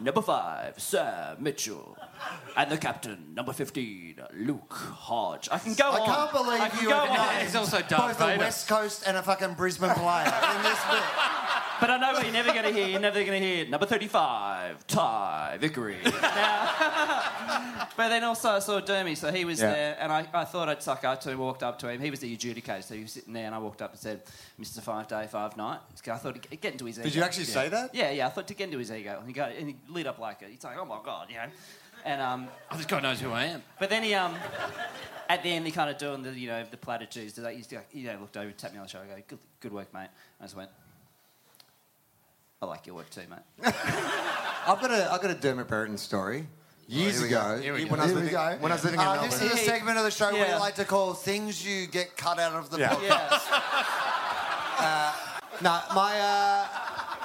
S1: number five, Sam Mitchell, and the captain number fifteen, Luke Hodge. I can go
S3: I
S1: on.
S3: can't believe
S1: I can
S3: you
S1: go
S3: have
S1: on.
S3: named
S2: He's also Darth
S3: both a
S2: Vader.
S3: West Coast and a fucking Brisbane player in this bit.
S1: But I know what you're never going to hear. You're never going to hear number 35, Ty Vickery. Now- but then also I saw Dermy, so he was
S4: Yeah.
S1: there, and I, I thought I'd suck up to him, walked up to him. He was the adjudicator, so he was sitting there, and I walked up and said, Mr. Five Day, Five Night. I thought, it'd get into his ego.
S4: Did you actually say that?
S1: Yeah, yeah, I thought to get into his ego. And he, go, and he lit up like it. He's like, oh my God, you know. And, um,
S2: Oh, this guy knows who I am.
S1: but then he, um, at the end, he kind of doing the, you know, the platitudes. That he's like, you know, looked over, tapped me on the shoulder, go, good, good work, mate. I just went, I like your work too, mate.
S4: I've got a, I've got a Dermot Brereton story. Years
S3: Oh, we
S4: ago,
S3: go.
S2: Here we go.
S4: when, I was
S3: Here we
S4: living,
S3: go.
S4: when I was living in
S3: Uh,
S4: Melbourne.
S3: this is a segment of the show we
S1: Yeah.
S3: like to call "Things You Get Cut Out of the
S4: Yeah.
S3: Podcast."
S1: Yeah.
S4: No, my uh,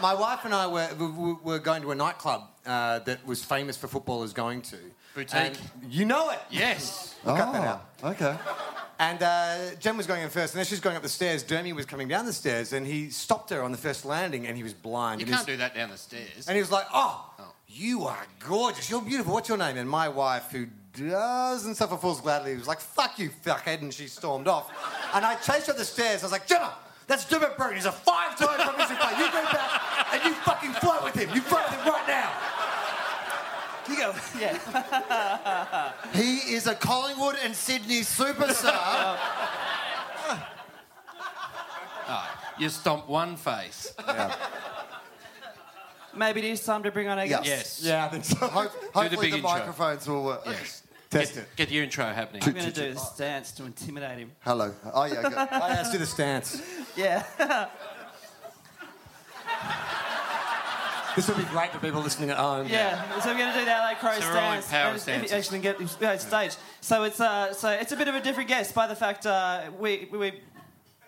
S4: my wife and I were we were going to a nightclub uh, that was famous for footballers going to.
S2: Boutique.
S4: And you know it.
S2: Yes.
S4: I'll cut that out.
S3: Okay.
S4: And uh, Jen was going in first, and as she was going up the stairs, Dermy was coming down the stairs, and he stopped her on the first landing, and he was blind.
S2: You
S4: and he
S2: can't
S4: was-
S2: do that down the stairs.
S4: And he was like, "Oh, you are gorgeous. You're beautiful. What's your name?" And my wife, who doesn't suffer fools gladly, was like, "Fuck you, fuckhead," and she stormed off. And I chased her up the stairs. I was like, "Jenna, that's Dermot Burton. He's a five-time Premiership player. You go back and you fucking flirt with him. You flirt with him right now."
S1: You go, yeah.
S3: He is a Collingwood and Sydney superstar.
S2: You stomp one face.
S1: Maybe it is time to bring on our guest.
S2: Yes.
S4: Yeah, I think so.
S3: Hope, hopefully
S2: big
S3: the,
S2: intro.
S3: microphones will work.
S2: Yes.
S4: uh, Test
S2: get,
S4: it.
S2: Get your intro happening.
S1: I'm going to do this dance to intimidate him.
S3: Hello. Oh yeah. Good.
S4: Oh, yeah, let's do the stance.
S1: Yeah.
S4: This will be great for people listening at home.
S1: yeah. So we're going to do that like Crow
S2: So we're on
S1: dance.
S2: power
S1: And it's-
S2: stances.
S1: Actually, get yeah, stage. So it's uh, so it's a bit of a different guest by the fact uh, we we.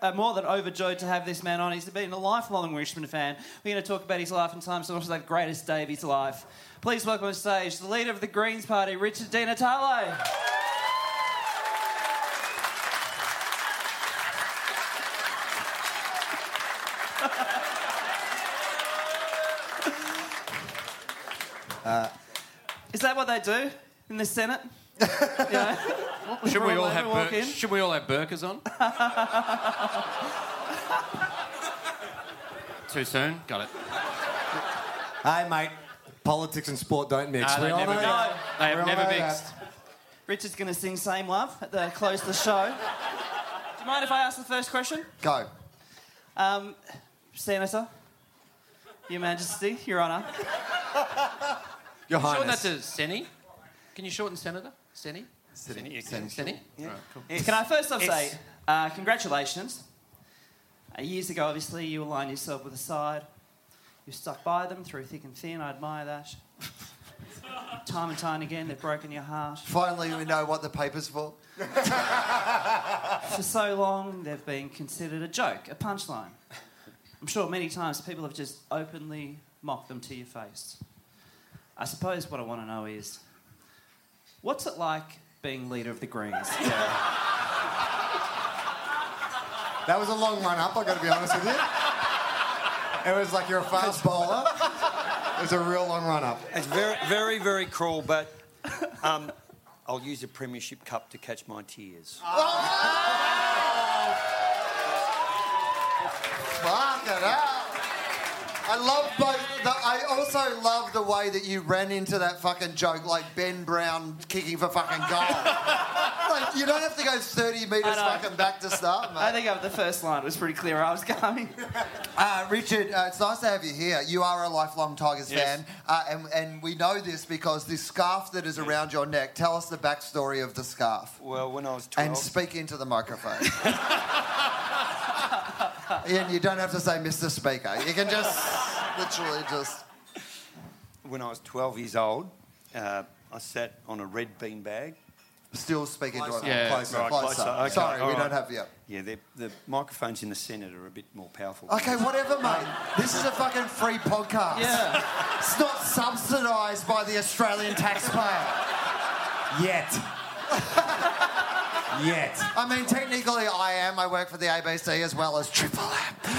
S1: are more than overjoyed to have this man on. He's been a lifelong Richmond fan. We're going to talk about his life and times and also the greatest day of his life. Please welcome on stage the leader of the Greens Party, Richard Di Natale. Is that what they do in the Senate? yeah.
S2: Should we all have
S1: Walk
S2: bur-
S1: in.
S2: Should we all have burkas on? Too soon. Got it.
S4: Hey, mate. Politics and sport don't mix.
S2: Ah,
S4: We
S2: they
S4: all
S2: never
S4: know
S2: mix.
S4: that.
S2: They have
S4: We're
S2: never
S4: all over
S2: mixed.
S1: Richard's going to sing Same Love at the close of the show. Do you mind if I ask the first question?
S3: Go.
S1: Um, Senator, Your Majesty, Your Honour.
S4: Your
S2: Shorten
S4: Highness.
S2: that to Senny. Can you shorten Senator? Senny? Senny. you can. Senny. Right, cool.
S1: Can I first off
S2: Yes.
S1: say, uh, congratulations. Uh, years ago, obviously, you aligned yourself with a side. You stuck by them through thick and thin. I admire that. time and time again, they've broken your heart.
S3: Finally, we know what the paper's for.
S1: For so long, they've been considered a joke, a punchline. I'm sure many times people have just openly mocked them to your face. I suppose what I want to know is what's it like being leader of the Greens?
S4: That was a long run up, I've got to be honest with you. It was like you're a fast bowler. It was a real long run up.
S6: It's very, very, very cruel, but um, I'll use a Premiership Cup to catch my tears.
S3: Uh,
S4: Fuck it up.
S3: I love both. The, I also love the way that you ran into that fucking joke, like Ben Brown kicking for fucking goal. like you don't have to go thirty meters
S1: I know.
S3: fucking back to start, mate.
S1: I think uh, the first line was pretty clear. I was coming.
S3: Uh, Richard, uh, it's nice to have you here. You are a lifelong Tigers
S2: Yes.
S3: fan, uh, and, and we know this because this scarf that is around your neck. Tell us the backstory of the scarf,
S6: Well, when I was 12,
S3: and speak into the microphone. and you don't have to say Mr. Speaker. You can just literally just.
S6: when I was 12 years old, uh, I sat on a red bean bag.
S3: Still speaking to it.
S2: Yeah,
S3: closer,
S6: right,
S3: closer.
S6: closer. Okay,
S3: Sorry, we
S6: all
S3: don't
S6: right.
S3: have you.
S6: Yeah, they're- the microphones in the Senate are a bit more powerful.
S3: Okay, whatever, mate. This is a fucking free podcast.
S1: Yeah.
S3: It's not subsidised by the Australian taxpayer.
S6: Yet. Yet.
S3: I mean, technically, I am. I work for the ABC as well as Triple M.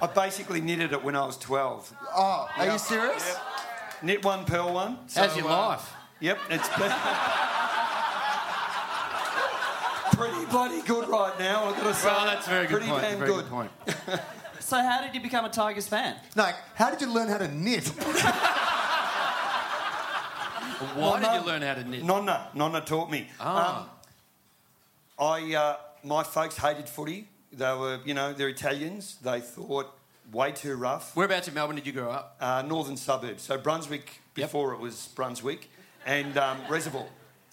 S6: I basically knitted it when I was 12.
S3: Oh, are you serious?
S6: Knit one, pearl one.
S2: How's your life?
S6: Yep, it's been- pretty bloody good right now. I've got to say.
S2: Well, that's a very good
S6: pretty
S2: point.
S6: damn
S2: very
S6: good.
S2: point.
S1: So, how did you become a Tigers fan?
S4: Like, how did you learn how to knit?
S2: Why did you learn how to knit?
S6: Nonna, Nonna taught me.
S2: Ah.
S6: Um, I, uh, my folks hated footy. They were, you know, they're Italians. They thought way too rough.
S2: Whereabouts in Melbourne did you grow up?
S6: Uh, northern suburbs. So Brunswick
S2: Yep.
S6: before it was Brunswick, and um, Reservoir.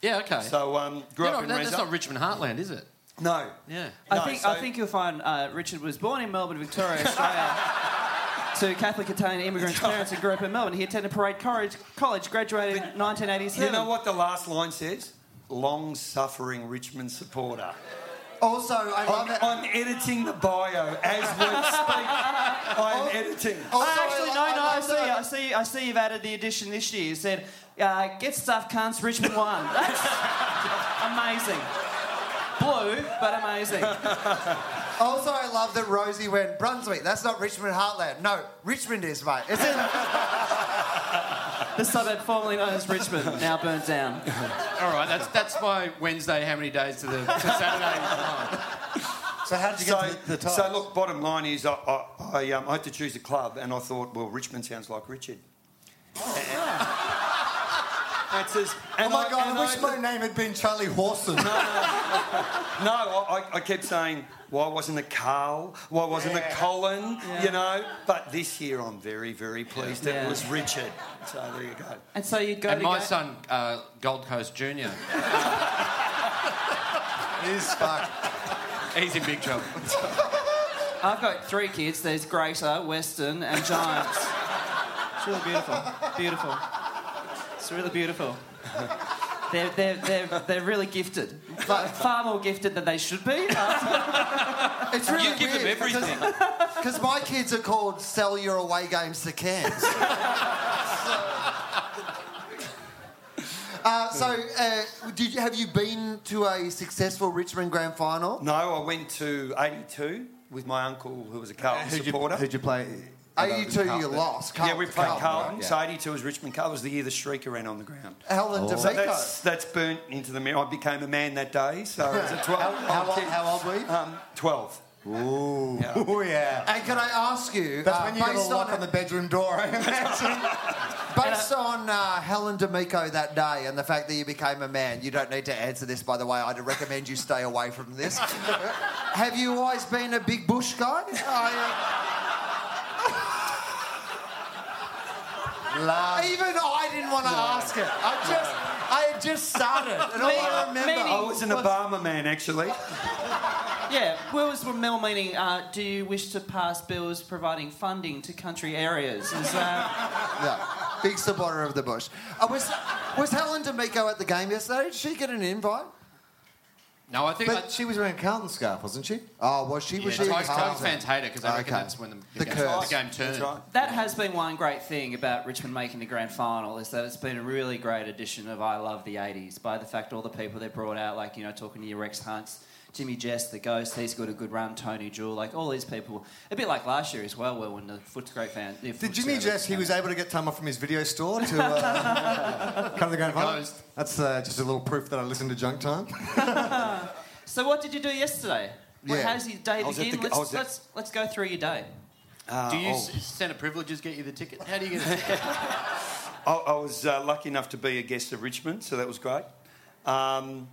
S2: Yeah, okay.
S6: So um, grew
S2: You're
S6: up
S2: not-
S6: in
S2: that- that's
S6: Reza.
S2: not Richmond Heartland, is it?
S6: No.
S2: Yeah.
S1: I
S6: No,
S1: think
S6: so-
S1: I think you'll find uh, Richard was born in Melbourne, Victoria, Australia. To Catholic Italian immigrants' parents and grew up in Melbourne. He attended Parade College, college graduated in 1987.
S6: You know what the last line says? Long-suffering Richmond supporter.
S3: Also, I
S1: Oh,
S3: love
S6: I'm,
S3: it.
S6: I'm editing the bio as we speak. I'm editing.
S3: Also,
S1: Oh, actually,
S3: I-
S1: no,
S3: I
S1: no. I,
S3: love
S1: see,
S3: that-
S1: I see, I see. You've added the addition this year. You said, uh, "Get stuff, cunts." Richmond won. That's amazing. Blue, but amazing.
S3: Also, I love that Rosie went Brunswick. That's not Richmond Heartland. No, Richmond is, mate. It's in. oh
S1: The suburb formerly known as Richmond now burnt down.
S2: All right, that's that's my Wednesday. How many days to the to Saturday?
S3: so how did
S6: So, so look, bottom line is I, I, I, um, I had to choose a club and I thought, well, Richmond sounds like Richard. That's as,
S4: Oh
S6: and
S4: my
S6: I-
S4: god,
S6: and
S4: I wish
S6: I-
S4: my name had been Charlie Horson.
S6: No, I, I- I kept saying, why wasn't it Carl? Why wasn't it Colin? You know? But this year I'm very, very pleased
S1: Yeah.
S6: it was Richard. So there you go.
S1: And so you go
S2: and
S1: to
S2: my
S1: go-
S2: son, uh, Gold Coast Junior,
S4: He's fucked.
S2: he's in big trouble.
S1: I've got three kids. There's Greater, Western, and Giants. It's really beautiful. Beautiful. It's really beautiful. They're, they're, they're, they're really gifted. Like, far more gifted than they should be.
S3: It's really
S2: You give them
S3: weird
S2: everything.
S3: because my kids are called "Sell Your Away Games to Cairns." Uh, so, uh, did you, have you been to a successful Richmond Grand Final?
S6: No, I went to 82 with my uncle who was a Carlton supporter.
S4: Who'd you play?
S3: Eighty-two, you
S4: Carlton.
S3: lost.
S6: yeah, we played Carlton.
S4: right, yeah.
S6: So 82 was Richmond Carlton. It was the year the Shrieker ran on the ground.
S3: Helen
S6: Oh. So
S3: DeVico.
S6: that's, that's burnt into the mirror. I became a man that day, so I was a 12.
S4: How old, how old were you?
S6: Um, 12.
S4: Oh, yeah.
S3: And can I ask you,
S4: That's
S3: uh,
S4: when you got a
S3: based,
S4: lock
S3: on,
S4: on the bedroom door, I imagine.
S3: based on uh, Helen D'Amico that day and the fact that you became a man, you don't need to answer this, by the way. I'd recommend you stay away from this. Have you always been a big bush guy? I, uh,
S4: Love.
S3: even I didn't want to ask it. I just, I had just started, and all I remember. Oh.
S1: Meaning-
S6: I was an Obama man, actually.
S1: Yeah, where was Mel meaning? Uh, do you wish to pass bills providing funding to country areas? Is that...
S3: No, big supporter of the bush. Uh, was, was Helen D'Amico at the game yesterday? Did she get an invite?
S2: No, I think. I,
S3: But she was wearing a Carlton scarf, wasn't she? Oh, was she? Was
S2: yeah, Tigers-
S3: she? in
S2: Tigers
S3: Carlton?
S2: fans hate it because I reckon
S3: Okay.
S2: that's when the,
S3: The
S2: the, game,
S3: curse.
S2: the game turned.
S6: That's right.
S1: That has been one great thing about Richmond making the grand final is that it's been a really great edition of I Love the 80s by the fact all the people they brought out, like, you know, talking to your Rex Hunts, Jimmy Jess, The Ghost, he's got a good run, Tony Jewell, like all these people. A bit like last year as well, where when the Foots Great fan. the
S4: Did
S1: Foots
S3: uh,
S4: Jimmy
S1: Great
S4: Jess, he
S1: fan-
S4: was able to get time off from his video store to uh, come to the grand final?
S2: Ghost.
S4: That's uh, just a little proof that I listened to Junk Time.
S1: So, what did you do yesterday? What,
S4: Yeah.
S1: how's your day
S6: I was at
S1: begin?
S6: the- I
S1: let's,
S6: was at-
S1: let's, let's go through your day.
S2: Do you s Senate privileges get you the ticket? How do you get a ticket?
S6: I, I was uh, lucky enough to be a guest of Richmond, so that was great. Um,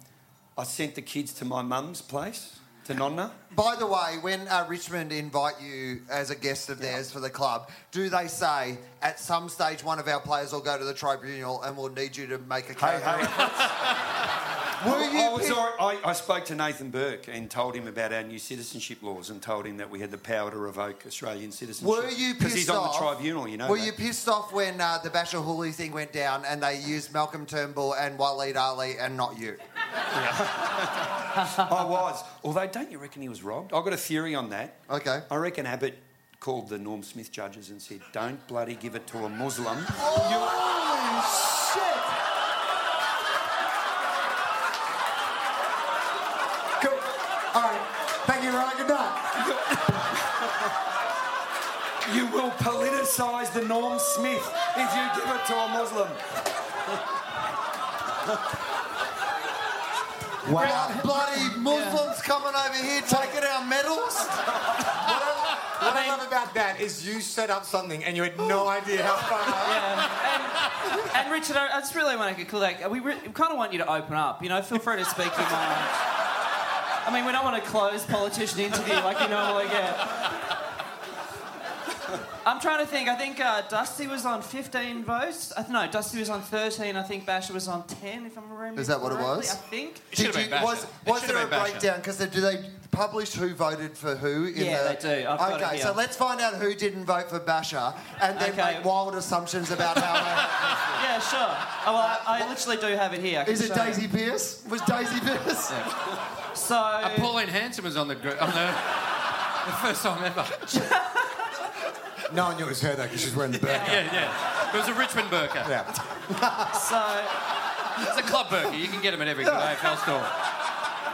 S6: I sent the kids to my mum's place, to Nonna.
S3: By the way, when uh, Richmond invite you as a guest of theirs for the club, do they say at some stage one of our players will go to the tribunal and we'll need you to make a
S6: Hey,
S3: case?
S6: hey.
S3: Were you
S6: Um, I, was
S3: pissed-
S6: all right. I, I spoke to Nathan Burke and told him about our new citizenship laws and told him that we had the power to revoke Australian citizenship.
S3: Were you pissed
S6: Because he's on
S3: off-
S6: the tribunal, you know.
S3: Were
S6: that.
S3: you pissed off when uh, the Bashir Hooley thing went down and they used Malcolm Turnbull and Waleed Ali and not you?
S6: I was. Although, don't you reckon he was robbed? I've got a theory on that.
S3: Okay.
S6: I reckon Abbott called the Norm Smith judges and said, don't bloody give it to a Muslim.
S4: Oh,
S3: Holy shit! Cool. All right. Thank you, Ryan. Good night.
S6: You will politicise the Norm Smith if you give it to a Muslim.
S3: Wow. Bloody Muslims coming over here taking our medals.
S4: What I love about that is you set up something and you had no idea how far.
S1: and, and Richard, I I just really want to conclude. Like, we, re- we kind of want you to open up. You know, feel free to speak your mind. I mean, we don't want to close politician interview like you normally get. I'm trying to think. I think uh, Dusty was on 15 votes. I th- no, Dusty was on 13. I think Basher was on 10, if I'm remembering.
S3: Is that what it
S1: correctly,
S3: was?
S1: I think.
S2: should've
S3: Did
S2: been Basher.
S3: was
S2: It
S3: was
S2: should've
S3: there a
S2: been Basher.
S3: breakdown? Because do they publish who voted for who? In
S1: Yeah,
S3: the...
S1: they do. I've got it
S3: okay, so
S1: here.
S3: let's find out who didn't vote for Basher and then
S1: Okay.
S3: make wild assumptions about how.
S1: Yeah, sure. Oh, well, I, I literally do have it here. I can
S3: Is it
S1: show you.
S3: Daisy Pierce? Was Daisy Pierce?
S1: So
S2: Uh, Pauline Hanson was on the gr- on the, the first time ever.
S4: No one knew it was her though because she's wearing the burqa.
S2: Yeah, yeah. It was a Richmond burqa.
S4: Yeah.
S1: so.
S2: It's a club burqa. You can get them at every good AFL store.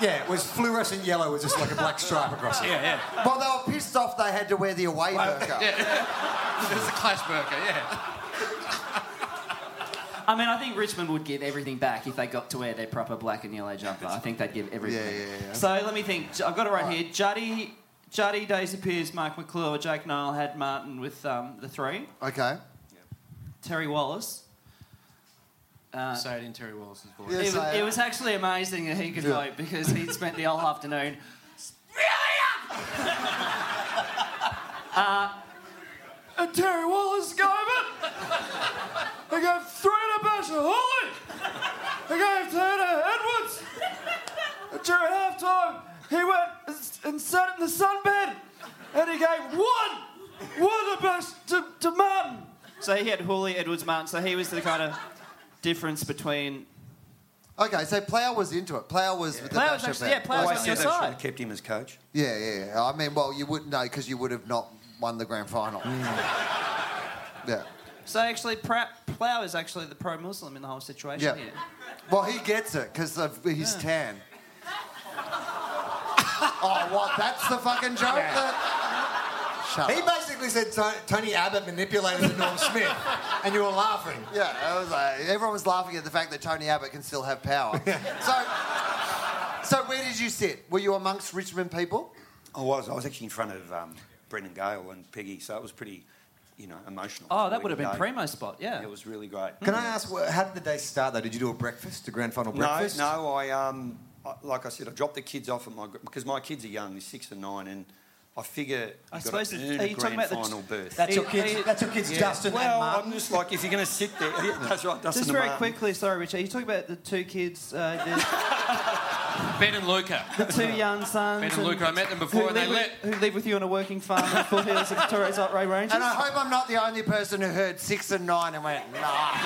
S4: Yeah, it was fluorescent yellow with just like a black stripe across it.
S2: Yeah, yeah.
S3: Well, they were pissed off they had to wear the away burqa.
S2: It was a clash burqa. Yeah.
S1: I mean, I think Richmond would give everything back if they got to wear their proper black and yellow jumper. I think they'd give everything.
S3: Yeah, yeah, yeah.
S1: So let me think. J- I've got it right here. Juddy, Juddy, Daisy Pierce, Mark McClure, Jake Nile had Martin with um, the three.
S3: Okay.
S1: Terry Wallace.
S2: Say it in Terry Wallace's voice.
S3: Yeah,
S1: It
S3: so-
S1: was, it was actually amazing that he could
S3: Yeah.
S1: vote because he'd spent the whole afternoon. uh, and Terry Wallace gave it. They gave three to Basher Holly. They gave two to Edwards. And during halftime, he went and s- and sat in the sunbed, and he gave one, one to Bash to, to Martin. So he had Hooley, Edwards, Martin. So he was the kind of difference between
S3: Okay, so Plough was into it. Plough was with the
S1: Plough was
S3: Basher
S1: actually- yeah,
S3: fan.
S1: Plough was
S6: Always
S1: on
S6: said
S1: your
S6: they should
S1: side.
S6: have kept him as coach.
S3: Yeah, yeah, yeah. I mean, well, you wouldn't know because you would have not won the grand final. yeah.
S1: So actually, pra- Plough is actually the pro-Muslim in the whole situation
S3: Yeah.
S1: here.
S3: Well, he gets it because of his tan. oh, what? That's the fucking joke? That... Shut
S4: He
S3: up.
S4: basically said "Ton- Tony Abbott manipulated Norm Smith, and you were laughing.
S3: Yeah, I was like, everyone was laughing at the fact that Tony Abbott can still have power. so, so where did you sit? Were you amongst Richmond people?
S6: I was. I was actually in front of um, Brendan Gale and Peggy, so it was pretty, you know, emotional.
S1: Oh, that would have
S6: Really
S1: been
S6: great.
S1: primo spot, yeah.
S6: It was really great. Hmm.
S4: Can I ask, wh- how did the day start though? Did you do a breakfast, a grand final
S6: No,
S4: breakfast?
S6: no. I um, I, like I said, I dropped the kids off at my gr- because my kids are young. They're six and nine, and I figure you've
S1: I
S6: got
S1: suppose
S6: to
S1: it's-
S6: earn
S1: are
S6: a
S1: you talking about
S6: grand
S1: the t-
S6: final berth.
S1: that-
S4: That's your kids.
S1: Yeah.
S4: That's your kids, Justin and
S6: well,
S4: Mark.
S6: I'm just like if you're going to sit there, yeah, that's right. Dustin
S1: Just
S6: and
S1: very
S6: Martin.
S1: quickly, sorry, Richard. Are you talking about the two kids, uh,
S2: Ben and Luca.
S1: the, the two young sons?
S2: Ben and
S1: and-
S2: Luca. I met them
S1: Who
S2: before,
S1: live,
S2: and they
S1: with,
S2: lit.
S1: who live with you on a working farm in the foothills of the Torres Otway Ranges?
S3: And I hope I'm not the only person who heard six and nine and went, nah.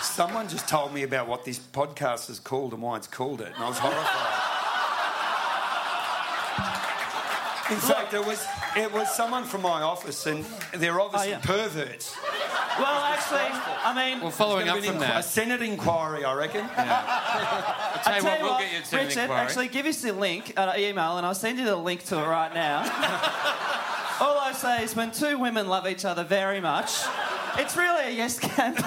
S6: Someone just told me about what this podcast is called and why it's called it, and I was horrified. In fact, it was it was someone from my office, and they're
S1: Oh,
S6: obviously
S1: yeah.
S6: perverts.
S1: Well, actually, I mean,
S2: Well, following up
S6: There's
S2: from
S6: gonna be an inqu- A
S2: that,
S6: Senate inquiry, I reckon.
S2: I'll tell you
S1: tell
S2: what,
S1: you
S2: we'll
S1: what,
S2: get you to an
S1: Richard,
S2: inquiry.
S1: actually, give us the link, uh, email, and I'll send you the link to it right now. All I say is when two women love each other very much, it's really a yes camp.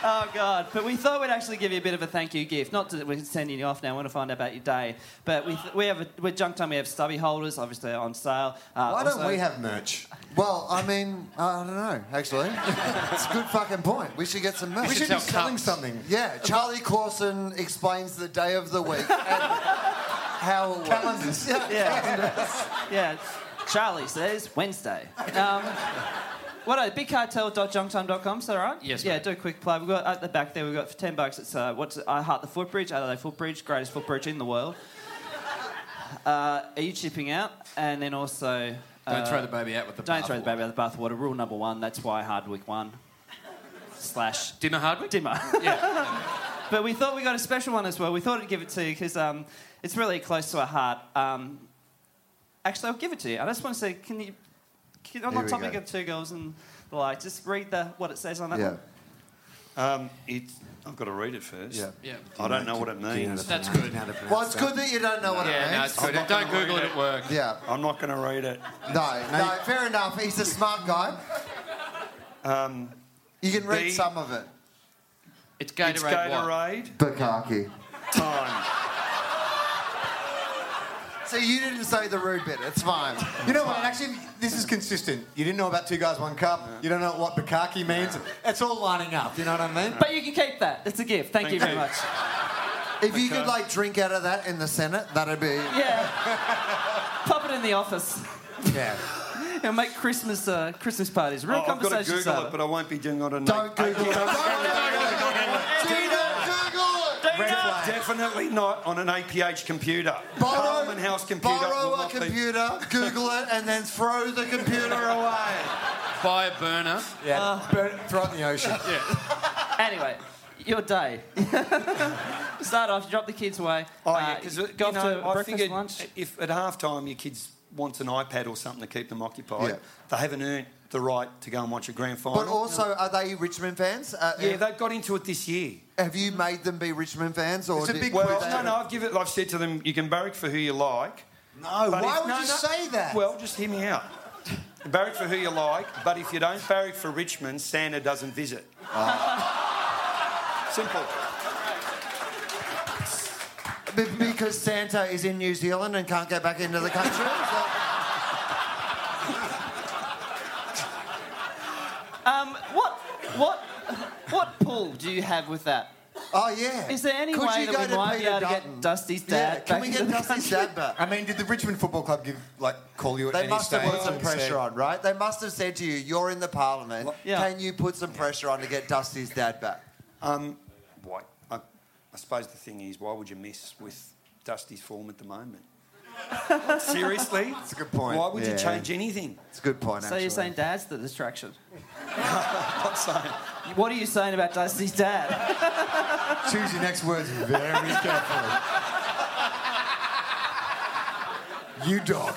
S1: oh, God. But we thought we'd actually give you a bit of a thank you gift. Not that we're sending you off now, I want to find out about your day. But we, th- we have, a, we're junk time, we have stubby holders, obviously, on sale. Uh,
S3: Why don't
S1: also-
S3: we have merch? Well, I mean, I don't know, actually. it's a good fucking point. We should get some merch.
S2: We should sell cups.
S3: something. Yeah, Charlie Clausen explains the day of the week and how it works. Calendars. Yeah.
S1: Yeah, Charlie says Wednesday. Um, what a bigcartel.junktime.com, is that all right?
S2: Yes,
S1: Yeah,
S2: mate.
S1: do a quick plug. We've got at the back there, we've got for 10 bucks, it's uh, what's it? I Heart the Footbridge, Adelaide Footbridge, greatest footbridge in the world. Uh, are you chipping out? And then also, uh,
S2: Don't throw the baby out with the
S1: don't throw the
S2: bathwater.
S1: baby out the bathwater. Rule number one, that's why Hardwick won. Slash
S2: Dimmer Hardwick?
S1: dimmer. but we thought we got a special one as well. We thought I'd give it to you because um, it's really close to our heart. Um, actually, I'll give it to you. I just want to say, can you, can, on
S3: Here
S1: the
S3: we
S1: topic
S3: go.
S1: of two girls and the like, just read the what it says on that
S3: Yeah.
S1: one.
S6: Um, it's, I've got to read it first.
S3: Yeah.
S2: yeah.
S6: I don't know what it means.
S2: That's good.
S3: Well, it's good that you don't know what
S2: Yeah, no,
S3: it
S2: it's
S3: means.
S2: good. Don't Google it at work.
S3: yeah.
S6: I'm not going to read it.
S3: No, no, fair enough. He's a smart guy.
S6: Um,
S3: You can read
S6: The-
S3: some of it.
S2: It's Gatorade.
S6: it's Oh,
S2: what?
S6: Gatorade
S3: Bukaki.
S6: time.
S3: So you didn't say the rude bit. It's fine.
S4: You know what? Actually, this is consistent. You didn't know about Two Guys, One Cup. You don't know what Bukaki means. It's all lining up. You know what I mean?
S1: But you can keep that. It's a gift. Thank, you very
S6: Thank you.
S1: much.
S3: If you could like drink out of that in the Senate, that'd be
S1: Yeah. Pop it in the office.
S3: yeah.
S1: It'll make Christmas uh, Christmas parties. Real
S6: Oh, I've got to
S1: conversations.
S6: Google it,
S1: starter.
S6: but I won't be doing it on
S3: Don't Google it.
S1: Don't you know?
S6: Definitely not on an APH computer.
S3: Borrow,
S6: Parliament House computer. will
S3: borrow a
S6: not be-
S3: computer, Google it, and then throw Oh, the computer away.
S2: Buy a burner.
S4: Yeah. Burn it, throw it in the ocean.
S1: Anyway, your day. Start off, drop the kids away.
S6: Oh,
S1: uh,
S6: yeah, because
S1: go off to
S6: I
S1: breakfast,
S6: figured
S1: lunch.
S6: if at half time your kids want an iPad or something to keep them occupied,
S3: Yeah.
S6: they haven't earned the right to go and watch a grand final.
S3: But also, are they Richmond fans? Uh,
S6: yeah, they got into it this year.
S3: Have you made them be Richmond fans, or
S4: It's a
S3: did-
S4: big
S3: were
S6: Well,
S3: they-
S6: no, no, I've given. I've said to them, you can barrack for who you like.
S3: No,
S6: but
S3: why
S6: if-
S3: would
S6: no,
S3: you
S6: no.
S3: say that?
S6: Well, just hear me out. barrack for who you like, but if you don't barrack for Richmond, Santa doesn't visit.
S3: Ah.
S6: Simple.
S3: Be- because Santa is in New Zealand and can't get back into the country. Is that-
S1: Um, what, what, what pull do you have with that?
S3: oh yeah.
S1: Is there any
S3: Could
S1: way
S3: you
S1: that
S3: go
S1: we
S3: to
S1: might be
S3: Peter
S1: able to get
S3: Dutton?
S1: Dusty's
S3: Yeah,
S1: dad
S3: can
S1: back
S3: we
S1: into
S3: get
S1: the
S3: Dusty's
S1: country?
S3: dad back?
S4: I mean, did the Richmond Football Club give like call you at
S3: They
S4: any
S3: must
S4: stage?
S3: have put some
S4: and
S3: pressure
S4: said-
S3: on, right? They must have said to you, "You're in the Parliament.
S1: Yeah.
S3: Can you put some pressure on to get Dusty's dad back?"
S6: Why? I, I suppose the thing is, why would you mess with Dusty's form at the moment? Seriously? That's
S3: a good point.
S6: Why would
S3: Yeah.
S6: you change anything?
S3: It's a good point.
S1: So
S3: actually.
S1: you're saying dad's the distraction?
S6: I'm saying.
S1: What are you saying about Dusty's dad?
S4: Choose your next words very carefully. you dog.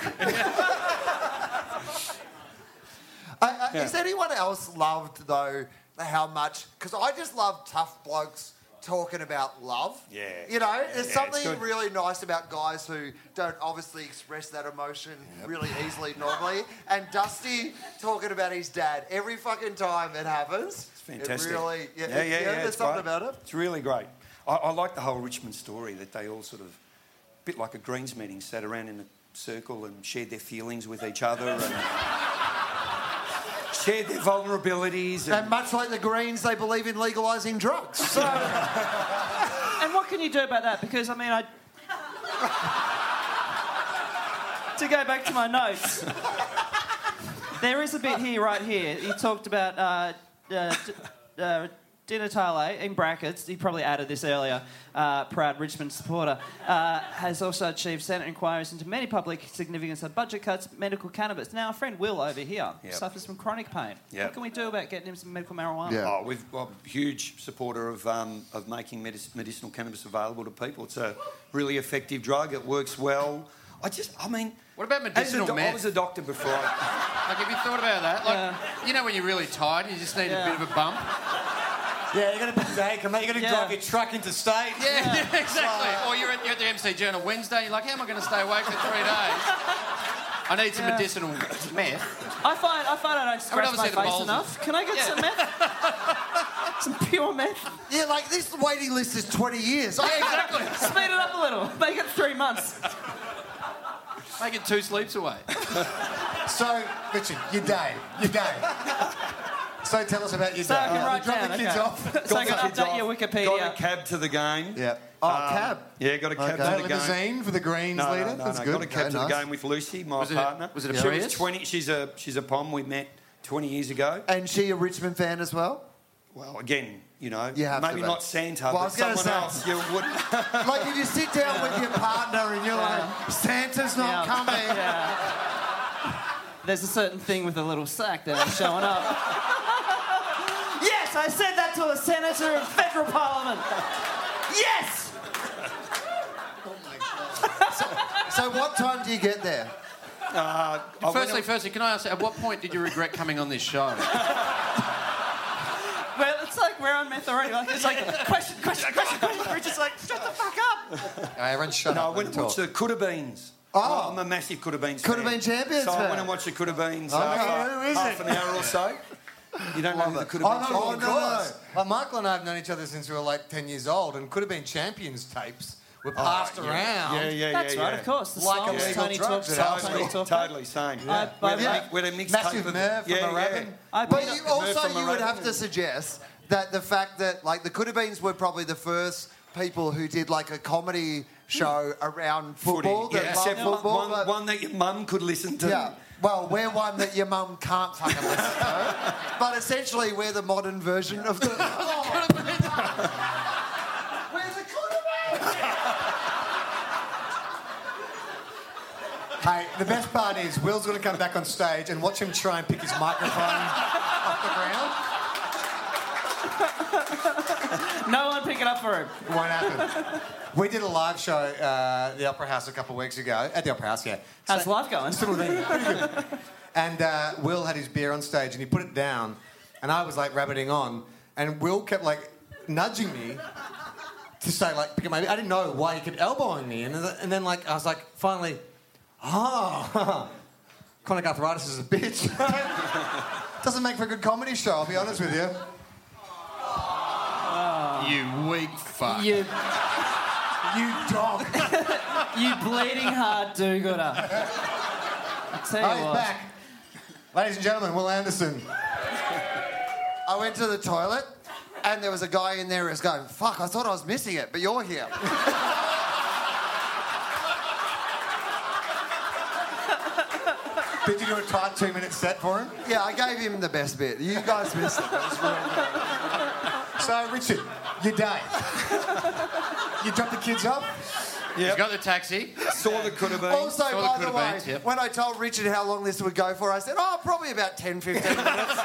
S3: I, I, Has anyone else loved though how much? Because I just love tough blokes talking about love.
S6: Yeah.
S3: You know, there's
S6: it's
S3: something
S6: good.
S3: really nice about guys who don't obviously express that emotion really easily normally. And Dusty talking about his dad every fucking time it happens. It's
S6: Fantastic.
S3: It really, yeah, yeah, yeah, There's
S6: it's
S3: something
S6: great.
S3: about it.
S6: It's really great. I, I like the whole Richmond story that they all sort of, a bit like a Greens meeting, sat around in a circle and shared their feelings with each other and shared their vulnerabilities. And,
S3: And much like the Greens, they believe in legalising drugs. So
S1: and what can you do about that? Because I mean, I. to go back to my notes, there is a bit here, right here. You talked about uh, uh, d- uh, Dino Tale, in brackets, he probably added this earlier, uh, proud Richmond supporter, uh, has also achieved Senate inquiries into many public significance of budget cuts, medical cannabis. Now, our friend Will over here
S6: Yep.
S1: suffers from chronic pain.
S6: Yep.
S1: What can we do about getting him some medical marijuana?
S7: Yeah.
S6: Oh, we've, I'm a huge supporter of, um, of making medic- medicinal cannabis available to people. It's a really effective drug. It works well. I just, I mean,
S2: What about
S6: as a
S2: medicinal
S6: doc- I
S2: meth?
S6: was a doctor before. I,
S2: Like, have you thought about that? Like, you know, when you're really tired, and you just need
S1: Yeah.
S2: a bit of a bump.
S4: Yeah, you're gonna take mate. You're gonna
S1: Yeah.
S4: drive your truck into state.
S2: Yeah, yeah, exactly. Or you're at, you're at the MC Journal Wednesday. You're like, how am I going to stay awake for three days? I need some medicinal meth.
S1: I find I find I don't scratch
S2: obviously
S1: my
S2: the
S1: face
S2: balls
S1: enough. Can I get some meth? some pure meth.
S3: Yeah, like this waiting list is 20 years. Oh, I
S2: Exactly.
S1: Speed it up a little. Make it three months.
S2: Make it two sleeps away.
S3: So, Richard, your day, your day. so tell us about your
S1: So I can write
S3: Drop
S1: down.
S3: the kids
S1: okay.
S3: off.
S1: So I
S6: Got
S1: can
S6: the kids
S1: update your
S6: off. Got a
S1: Wikipedia.
S6: cab to the game.
S7: Yeah.
S3: Oh, cab.
S6: Um, Yeah, got a cab
S7: Okay.
S6: to the game.
S3: Limousine for the Greens
S6: No,
S3: leader.
S6: no, no,
S3: That's
S6: no.
S3: good.
S6: Got a cab
S3: Okay,
S6: to the
S3: nice.
S6: game with Lucy, my
S2: Was it a-
S6: partner.
S2: was it a
S6: she was
S2: Prius?
S6: twenty. She's a she's a pom. We met twenty years ago.
S3: And she a Richmond fan as well?
S6: Well, again, you know,
S3: You have to
S6: maybe
S3: be.
S6: not Santa,
S3: Well, I
S6: but
S3: was gonna
S6: someone else. You would.
S3: like if you sit down with your partner and you're like, Santa's not
S1: Yeah.
S3: coming.
S1: Yeah. There's a certain thing with a little sack that I'm showing up. yes, I said that to a senator in federal parliament. Yes.
S3: So what time do you get there?
S6: I went-
S2: Firstly, firstly, can Oh, I ask, at what point did you regret coming on this show?
S1: Well, it's like we're on meth already. Like it's like question, question, question, question. We're just like shut the fuck up.
S3: everyone shut
S6: No, I went and watched the Coulda Beans.
S3: Oh.
S6: I'm a massive Coulda Beans
S3: Coulda
S6: fan.
S3: Bean champions
S6: So I
S3: fan.
S6: went and watched the Coulda Beans
S3: Okay,
S6: uh, for
S3: who is
S6: half
S3: it?
S6: an hour or so. You don't know who the Coulda
S7: Oh,
S6: Beans
S7: no,
S6: are?
S7: oh,
S3: of course.
S7: Well, Michael and I have known each other since we were like 10 years old and could have been champions tapes
S3: Oh,
S7: were passed
S6: yeah.
S7: around.
S6: Yeah, yeah,
S1: That's
S6: yeah,
S1: right,
S6: yeah.
S1: of course. The
S7: Like
S1: song
S7: illegal
S1: Tony
S7: drugs,
S1: talks
S7: it
S1: about.
S7: has
S1: Tony
S6: Totally,
S1: talks about.
S6: totally same.
S1: I- I-
S6: We're the-
S1: I-
S6: we're the mixed
S7: Massive
S6: tape of-
S7: nerve from
S6: yeah,
S7: a
S6: yeah.
S7: rabbin.
S1: I
S3: But
S1: beat
S3: you
S1: up-
S3: also
S6: from
S3: you would
S6: Morocco.
S3: have to suggest that the fact that like the Coulda Beans were probably the first people who did like a comedy show around
S6: Footy,
S3: football that
S6: yeah,
S3: loved
S6: except one,
S3: football.
S6: one,
S3: but-
S6: one that your mum could listen to.
S3: yeah. Well, we're one that your mum can't fucking listen to. But essentially, we're the modern version of the. we're the Coulda Beans.
S7: Hey, the best part is Will's going to come back on stage and watch him try and pick his microphone off the ground.
S1: No one pick it up for him.
S7: It won't happen. We did a live show uh, at the Opera House a couple of weeks ago. At the Opera House, yeah.
S1: How's life going?
S7: Still there. Pretty good. And uh, Will had his beer on stage and he put it down, and I was like rabbiting on, and Will kept like nudging me to say like pick up my. beer. I didn't know why he kept elbowing me, and then, and then like I was like finally, ah, chronic arthritis is a bitch. Doesn't make for a good comedy show. I'll be honest with you.
S2: you weak fuck.
S1: You,
S7: You dog.
S1: you bleeding hard do-gooder. I tell you
S7: Oh, he's
S1: what.
S7: back. Ladies and gentlemen, Will Anderson.
S3: I went to the toilet, and there was a guy in there who was going, "Fuck! I thought I was missing it, but you're here."
S7: Did you do a tight two minute set for him?
S3: Yeah, I gave him the best bit. You guys missed it. That was really good.
S7: So, Richard, your day. you dropped the kids up?
S2: He's got the taxi.
S6: Saw the Coulda Beans.
S3: Also,
S2: Saw the
S3: by the
S2: Coulda
S3: way,
S2: Beans, yep.
S3: when I told Richard how long this would go for, I said, oh, probably about 10, 15 minutes.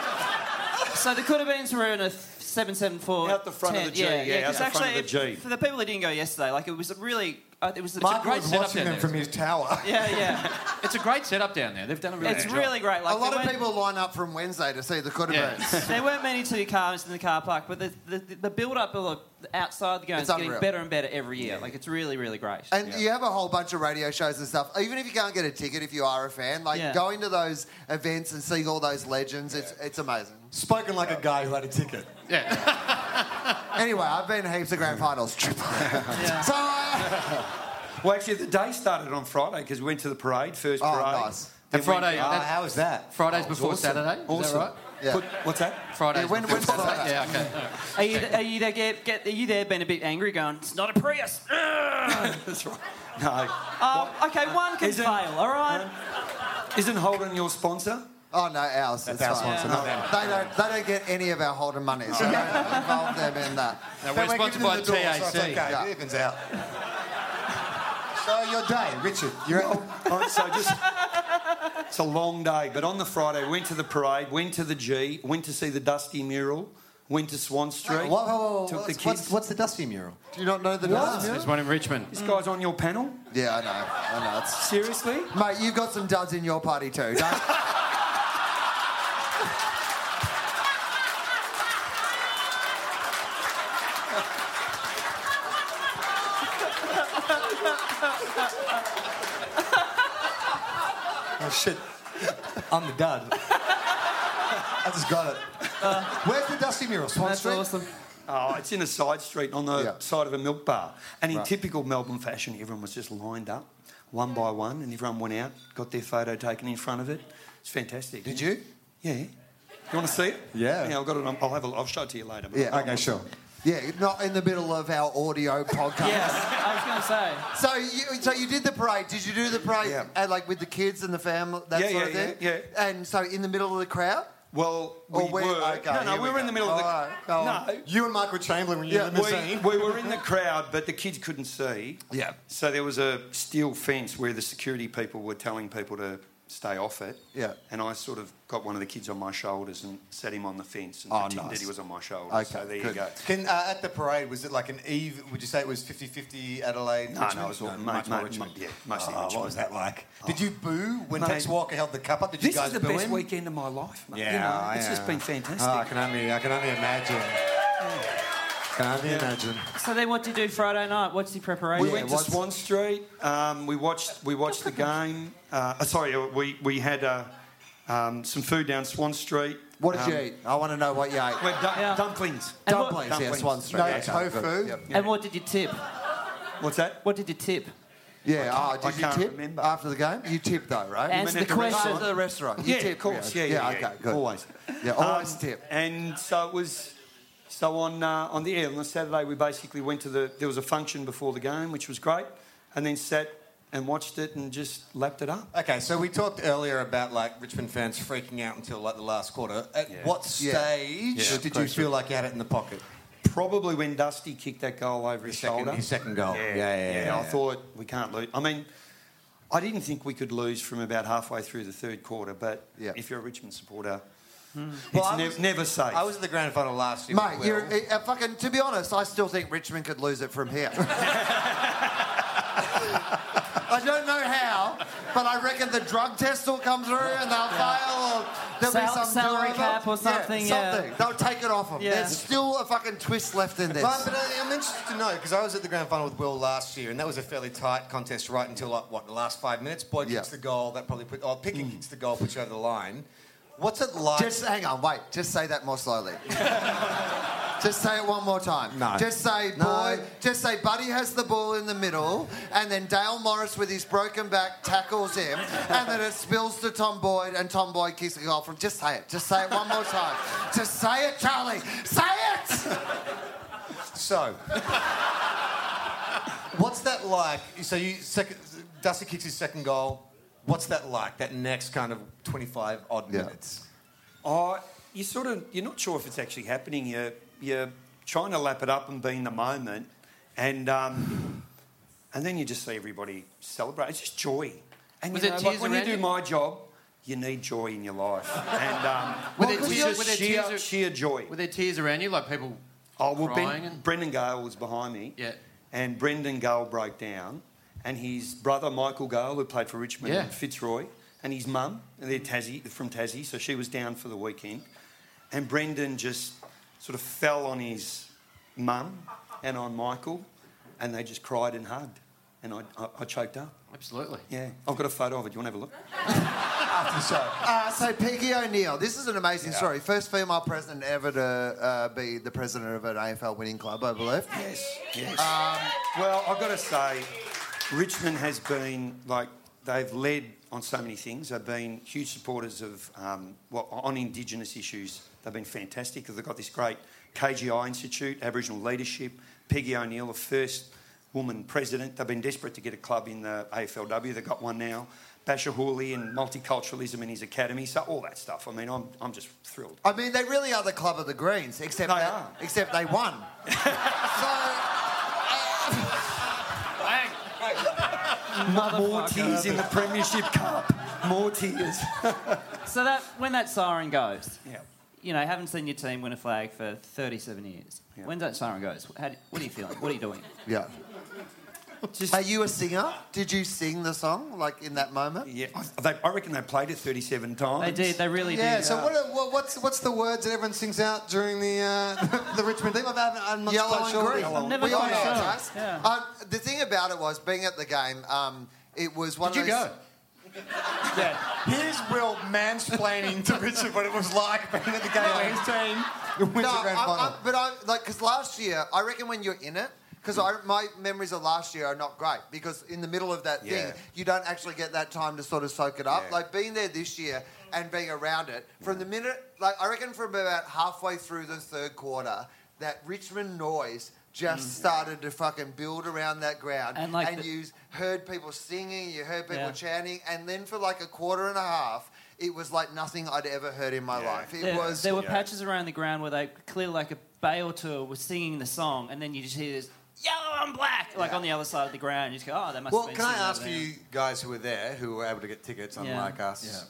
S1: So the could have beens were in a seven seven four.
S6: Out the front of the G, yeah, out the front of the G.
S1: for the people that didn't go yesterday, like it was a really, uh, it was a
S7: Michael
S2: great
S7: was
S2: setup
S7: watching
S2: there,
S7: them from his tower.
S1: yeah, yeah.
S2: It's a great setup down there. They've done a really
S1: It's
S2: good job.
S1: really great. Like
S3: a lot
S1: there
S3: of
S1: weren't-
S3: people line up from Wednesday to see the Coulda
S2: Yeah.
S3: Beans.
S1: There weren't many two cars in the car park, but the the, the build up of the outside the game
S3: It's
S1: is getting
S3: unreal.
S1: better and better every year. Like it's really, really great.
S3: And you have a whole bunch of radio shows and stuff. Even if you can't get a ticket, if you are a fan, like
S1: Yeah.
S3: going to those events and seeing all those legends, it's it's amazing.
S7: Spoken like a guy who had a ticket.
S2: Yeah.
S3: Anyway, I've been heaps of grand finals. Triple. So, uh,
S6: Well, actually, the day started on Friday because we went to the parade, first
S3: Oh,
S6: parade.
S3: nice. Ah,
S6: Then
S2: And Friday,
S6: went- Oh,
S2: that-
S7: how was that?
S2: Fridays before Saturday. Is
S6: Awesome.
S2: that
S3: Yeah.
S6: Put- what's that?
S2: right? Fridays
S3: Yeah, when-
S2: before
S3: when's
S2: Saturday.
S3: Friday?
S2: Yeah, okay. all right.
S1: Are you are you there? Get, get are you there? Being a bit angry, going, it's not a Prius.
S2: Oh,
S1: Ugh.
S6: That's right. No.
S1: um, okay, one can
S6: Is it-
S1: fail. All right.
S6: Isn't Holden your sponsor?
S3: oh, Oh no, ours. That's
S4: our sponsor,
S3: not them. They don't. They don't get any of our Holden money, so don't involve them in that.
S2: No, we're sponsored by TAC.
S3: Yeah.
S4: Okay, evens out. So your day, Richard. You're at
S6: Oh, so just, it's a long day, but on the Friday, went to the parade, went to the G, went to see the Dusty mural, went to Swan Street,
S3: Whoa, whoa, whoa, whoa.
S6: took
S3: What's,
S6: the
S3: what's,
S6: kids.
S3: what's the Dusty mural? Do you not know the Dusty mural?
S2: There's one in Richmond.
S3: hmm.
S6: This guy's on your panel?
S3: Yeah, I know. I know. It's...
S6: Seriously?
S3: Mate, you've got some duds in your party too. Don't...
S4: Oh shit. I'm the dud. I just got it.
S3: Where's the Dusty mural? Swan
S1: That's
S3: Street.
S1: awesome.
S6: Oh, it's in a side street on the
S3: Yeah.
S6: side of a milk bar. And in typical Melbourne fashion, everyone was just lined up, one by one, and everyone went out, got their photo taken in front of it. It's fantastic.
S3: Did you?
S6: Yeah. You want to see it?
S3: Yeah.
S6: Yeah, I've got it on. I'll, have a, I'll show it to you later. but-
S3: Yeah. Yeah, not in the middle of our audio podcast.
S1: Yes, I was going to say.
S3: So you, so you did the parade. Did you do the parade
S6: Yeah.
S3: and like with the kids and the family, that
S6: Yeah,
S3: sort
S6: yeah,
S3: of thing?
S6: yeah,
S3: And so in the middle of the crowd.
S6: Well, we
S3: Or
S6: were.
S3: okay,
S6: no, no,
S3: here
S6: we were
S3: go.
S6: in the middle of the.
S3: All right, go on.
S6: no,
S3: You and Michael Chamberlain when you
S6: Yeah, we, we were in the crowd, but the kids couldn't see.
S3: Yeah.
S6: So there was a steel fence where the security people were telling people to stay off it.
S3: Yeah.
S6: And I sort of got one of the kids on my shoulders and sat him on the fence and
S3: Oh,
S6: pretended
S3: nice.
S6: he was on my shoulder.
S3: Okay,
S6: so there you
S3: good.
S6: go.
S4: Can, uh, at the parade, was it like an eve? Would you say it was 50-50 Adelaide?
S6: No, no, it was all
S4: much
S6: ma-
S4: more
S6: ma-
S4: Richmond.
S6: ma- yeah, mostly
S3: uh,
S4: Oh,
S6: Richmond.
S4: What was that like? Did you boo when
S6: Mate.
S4: Tex Walker held the cup up? Did you
S6: This
S4: guys
S6: is the
S4: boo
S6: best
S4: him?
S6: weekend of my life, mate. You
S4: Yeah,
S6: know, it's
S4: yeah.
S6: just been fantastic.
S3: Oh, I can only I can only imagine. Can only imagine.
S1: So then, what do you do Friday night? What's your preparation?
S6: We went to
S3: what's-
S6: Swan Street. Um, we watched. We watched the game. Uh, uh, sorry, uh, we we had uh, um, some food down Swan Street.
S3: What did you
S6: Um,
S3: eat? I want to know what you ate.
S6: We're du-
S1: Yeah.
S6: dumplings.
S1: And what-
S3: dumplings, yeah,
S6: dumplings.
S3: Swan Street.
S4: No
S3: yeah, okay,
S4: tofu?
S3: good, Yep.
S1: And what did you tip?
S6: What's that?
S1: What did you tip?
S3: Yeah. Oh,
S6: I can't-
S3: did
S6: I
S3: you
S6: can't
S3: tip
S6: remember.
S3: after the game? You tipped though, right?
S1: Answer the
S6: went to the
S1: question.
S3: After the restaurant. You
S6: yeah,
S3: tipped,
S6: of course. Yeah, yeah,
S3: yeah. Okay, good.
S6: Always.
S3: Yeah, always tip.
S6: And so it was. So on uh, on the air on the Saturday, we basically went to the. There was a function before the game, which was great, and then sat and watched it and just lapped it up.
S4: Okay, so we talked earlier about like Richmond fans freaking out until like the last quarter. At what stage
S3: Yeah.
S6: Yeah.
S4: did you feel like you had it in the pocket?
S6: Probably when Dusty kicked that goal over his,
S4: Second,
S6: shoulder.
S4: his second goal. Yeah, yeah, yeah.
S6: I thought we can't lose. I mean, I didn't think we could lose from about halfway through the third quarter, but
S3: Yeah.
S6: if you're a Richmond supporter, it's
S4: Hmm. Well, I
S6: nev-
S4: was-
S6: never safe.
S4: I was at the grand final last year.
S3: Mate,
S4: with
S3: you're
S4: Will.
S3: uh, fucking. To be honest, I still think Richmond could lose it from here. I don't know how, but I reckon the drug test will come through and they'll fail. Or there'll
S1: Sal-
S3: be some
S1: salary
S3: do-over.
S1: cap or something, yeah.
S3: something. They'll take it off them.
S1: Yeah.
S3: There's still a fucking twist left in this.
S4: But, but I- I'm interested to know because I was at the grand final with Will last year, and that was a fairly tight contest right until like what the last five minutes. Boyd
S3: Yeah.
S4: kicks the goal, that probably put. Oh, Pickett kicks the goal, puts you over the line. What's it like?
S3: Just hang on, wait. Just say that more slowly. just say it one more time.
S4: No.
S3: Just say boy.
S4: No.
S3: Just say Buddy has the ball in the middle, and then Dale Morris with his broken back tackles him, and then it spills to Tom Boyd, and Tom Boyd kicks the goal from. Just say it. Just say it one more time. just say it, Charlie. Say it.
S4: So, what's that like? So you second, Dusty kicks his second goal. What's that like? That next kind of twenty-five odd
S3: Yeah.
S4: minutes.
S6: Oh, you sort of you're not sure if it's actually happening. You're you're trying to lap it up and be in the moment, and um, and then you just see everybody celebrate. It's just joy. And
S1: Was
S6: you
S1: it
S6: know,
S1: tears
S6: like, when you
S1: around
S6: do
S1: you?
S6: my job, you need joy in your life, and um,
S3: Well,
S6: it
S3: could
S6: was
S3: you-
S6: just
S2: were there
S6: sheer,
S2: tears or-
S6: sheer joy.
S2: Were there tears around you, like people?
S6: Oh well,
S2: crying
S6: ben,
S2: and-
S6: Brendan Gale was behind me.
S2: Yeah.
S6: And Brendan Gale broke down, and his brother Michael Gale, who played for Richmond
S2: Yeah.
S6: and Fitzroy, and his mum, and they're Tassie from Tassie, so she was down for the weekend, and Brendan just sort of fell on his mum and on Michael, and they just cried and hugged, and I, I, I choked up.
S2: Absolutely.
S6: Yeah, I've got a photo of it. Do you want to have a look?
S4: After so,
S3: Uh, so Peggy O'Neill. This is an amazing story. First female president ever to uh, be the president of an AFL winning club, I believe.
S6: Yes, yes. Um, well, I've got to say, Richmond has been like they've led on so many things. They've been huge supporters of um, well on Indigenous issues. They've been fantastic. They've got this great KGI Institute, Aboriginal leadership. Peggy O'Neill, the first woman president. They've been desperate to get a club in the AFLW. They've got one now. Basher Hawley and multiculturalism in his academy. So all that stuff. I mean, I'm, I'm just thrilled.
S3: I mean, they really are the club of the Greens, except
S6: They
S3: that-
S6: are.
S3: except they won. so
S6: More tears in the Premiership Cup. More tears.
S1: So that when that siren goes,
S6: yeah.
S1: you know, haven't seen your team win a flag for 37 years.
S6: Yeah.
S1: When that siren goes, how do, what are you feeling? What are you doing?
S3: yeah. Are you a singer? Did you sing the song like in that moment?
S6: Yeah, I, they, I reckon they played it 37 times.
S1: They did. They really
S3: Yeah.
S1: did.
S3: So what, are, what? What's what's the words that everyone sings out during the uh, the Richmond thing? I'm, I'm not
S4: Yellow and green.
S1: I'm never
S3: we all know
S1: quite sure.
S3: it's us.
S1: Yeah.
S3: Um, the thing about it was being at the game. Um, it was one of
S8: Did you
S3: those.
S8: go?
S3: Here's Will mansplaining to Richard what it was like being at the game when his team wins
S8: the grand final.
S3: but I like because last year I reckon when you're in it. Because my memories of last year are not great because in the middle of that
S8: Yeah.
S3: thing, you don't actually get that time to sort of soak it up.
S8: Yeah.
S3: Like being there this year and being around it, from the minute, like I reckon from about halfway through the third quarter, that Richmond noise
S8: Mm.
S3: just started to fucking build around that ground.
S1: And, like, the-
S3: you heard people singing, you heard people
S1: Yeah.
S3: chanting, and then for like a quarter and a half, it was like nothing I'd ever heard in my life. It
S1: There,
S3: was
S1: there were patches around the ground where they clearly, like a bay or two, were singing the song, and then you just hear this yellow and black, like on the other side of the ground. You just go, oh, that must.
S4: Well,
S1: have been
S4: can I
S1: singing
S4: ask
S1: over there.
S4: you guys who were there, who were able to get tickets, unlike us?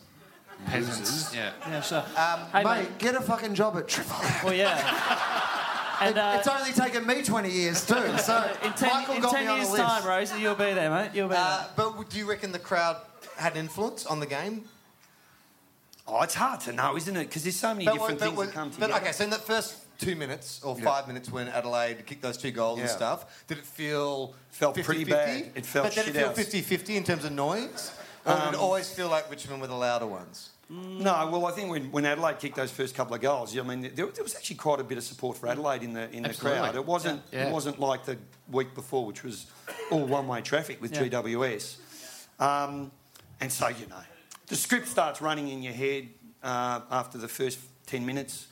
S2: Peasants. Yeah.
S1: Yeah, sure.
S3: um,
S1: Hey,
S3: mate,
S1: mate.
S3: get a fucking job at Triple.
S1: Well, yeah. and uh,
S3: it's only taken me 20 years too. So
S1: in ten,
S3: Michael
S1: in
S3: got
S1: 10
S3: me on
S1: years'
S3: the list.
S1: time, Rosie, you'll be there, mate. You'll be
S4: Uh,
S1: there.
S4: but w- do you reckon the crowd had an influence on the game?
S6: Oh, it's hard to know, isn't it? Because there's so many
S4: But,
S6: different
S4: but-
S6: things
S4: but-
S6: that come
S4: but
S6: together.
S4: okay, so in that first two minutes or five minutes when Adelaide kicked those two goals and
S6: Yeah.
S4: stuff, did it feel
S6: Felt
S4: 50-50?
S6: pretty bad. It felt
S4: but did
S6: shit Um,
S4: it feel
S6: house.
S4: 50-50 in terms of noise? Or did it always feel like Richmond were the louder ones?
S6: No, well, I think when, when Adelaide kicked those first couple of goals, I mean, there, there was actually quite a bit of support for Adelaide in the in the
S2: Absolutely.
S6: crowd. It wasn't
S2: Yeah.
S6: it wasn't like the week before, which was all one way traffic with
S1: Yeah.
S6: GWS. Um, and so you know, the script starts running in your head uh, after the first ten minutes.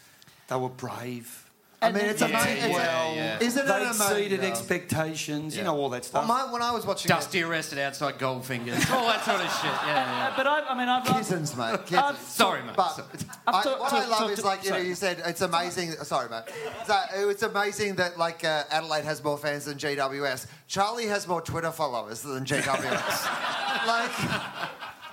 S6: They were brave.
S3: I mean, it's
S1: Yeah,
S3: amazing.
S2: yeah, yeah.
S3: Isn't
S6: They
S3: it
S6: exceeded
S3: amazing?
S6: expectations. You
S2: Yeah.
S6: know all that
S3: Well,
S6: stuff.
S3: my, when I was watching
S2: Dusty arrested outside Goldfingers. All that sort of shit. Yeah,
S1: Uh, but I, I mean, I've
S3: it, Kissins, mate. Kissins.
S6: Uh,
S2: Sorry, mate.
S3: But
S2: So-
S3: I,
S1: to-
S3: what
S1: to-
S3: I love
S1: to-
S3: is
S1: to-
S3: like you know
S1: sorry.
S3: you said it's amazing. Sorry, mate. So it's amazing that like uh, Adelaide has more fans than GWS. Charlie has more Twitter followers than GWS. like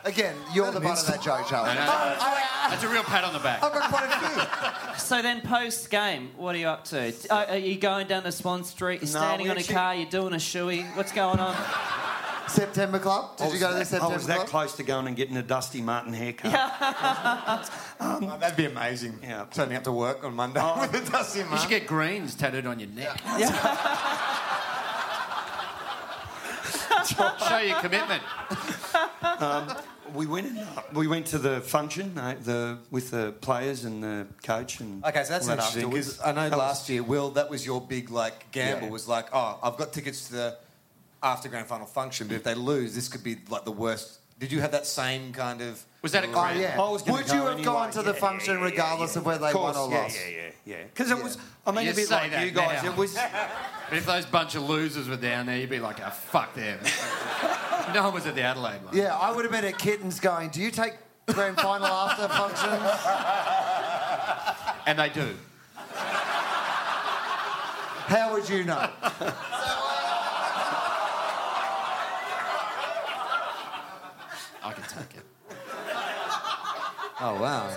S3: again, you're the butt of that joke, Charlie. uh,
S2: That's a real pat on the back.
S3: I've got quite a few.
S1: So then, post game, what are you up to? Uh, are you going down the Swan Street? You're
S6: No,
S1: standing
S6: we
S1: on a
S6: actually-
S1: car. You're doing a shoey. What's going on?
S3: September Club. Did
S6: I
S3: you
S6: was
S3: go to the
S6: that-
S3: September
S6: I was that
S3: Club?
S6: close to going and getting a Dusty Martin haircut.
S4: Oh, that'd be amazing.
S6: Yeah.
S4: Turning up to work on Monday with a dusty
S2: You
S4: mark.
S2: should get greens tattooed on your neck. Show your commitment.
S6: We went in, we went to the function uh, the with the players and the coach and
S4: Okay, so that's
S6: all that
S4: interesting
S6: afterwards.
S4: because I know
S6: That was-
S4: last year, Will, that was your big like gamble.
S6: Yeah.
S4: Was like, oh, I've got tickets to the after grand final function, but if they lose, this could be like the worst. Did you have that same kind of?
S2: Was that a
S3: Oh
S2: grand?
S3: yeah.
S6: I was gonna
S3: Would
S6: go
S3: you have
S6: anyway.
S3: gone to the
S6: Yeah,
S3: function
S6: yeah, yeah,
S3: regardless
S6: yeah.
S3: of whether they
S6: course,
S3: won or
S6: yeah,
S3: lost?
S6: Yeah, yeah, yeah. Because it was, I mean,
S2: You
S6: a bit
S2: say
S6: like
S2: that
S6: you guys.
S2: now.
S6: It was,
S2: But if those bunch of losers were down there, you'd be like, oh, fuck them. no one was at the Adelaide one.
S3: Yeah, I would have been at Kittens going. Do you take grand final after function?
S2: And they do.
S3: How would you know?
S2: I can take it.
S4: Oh wow.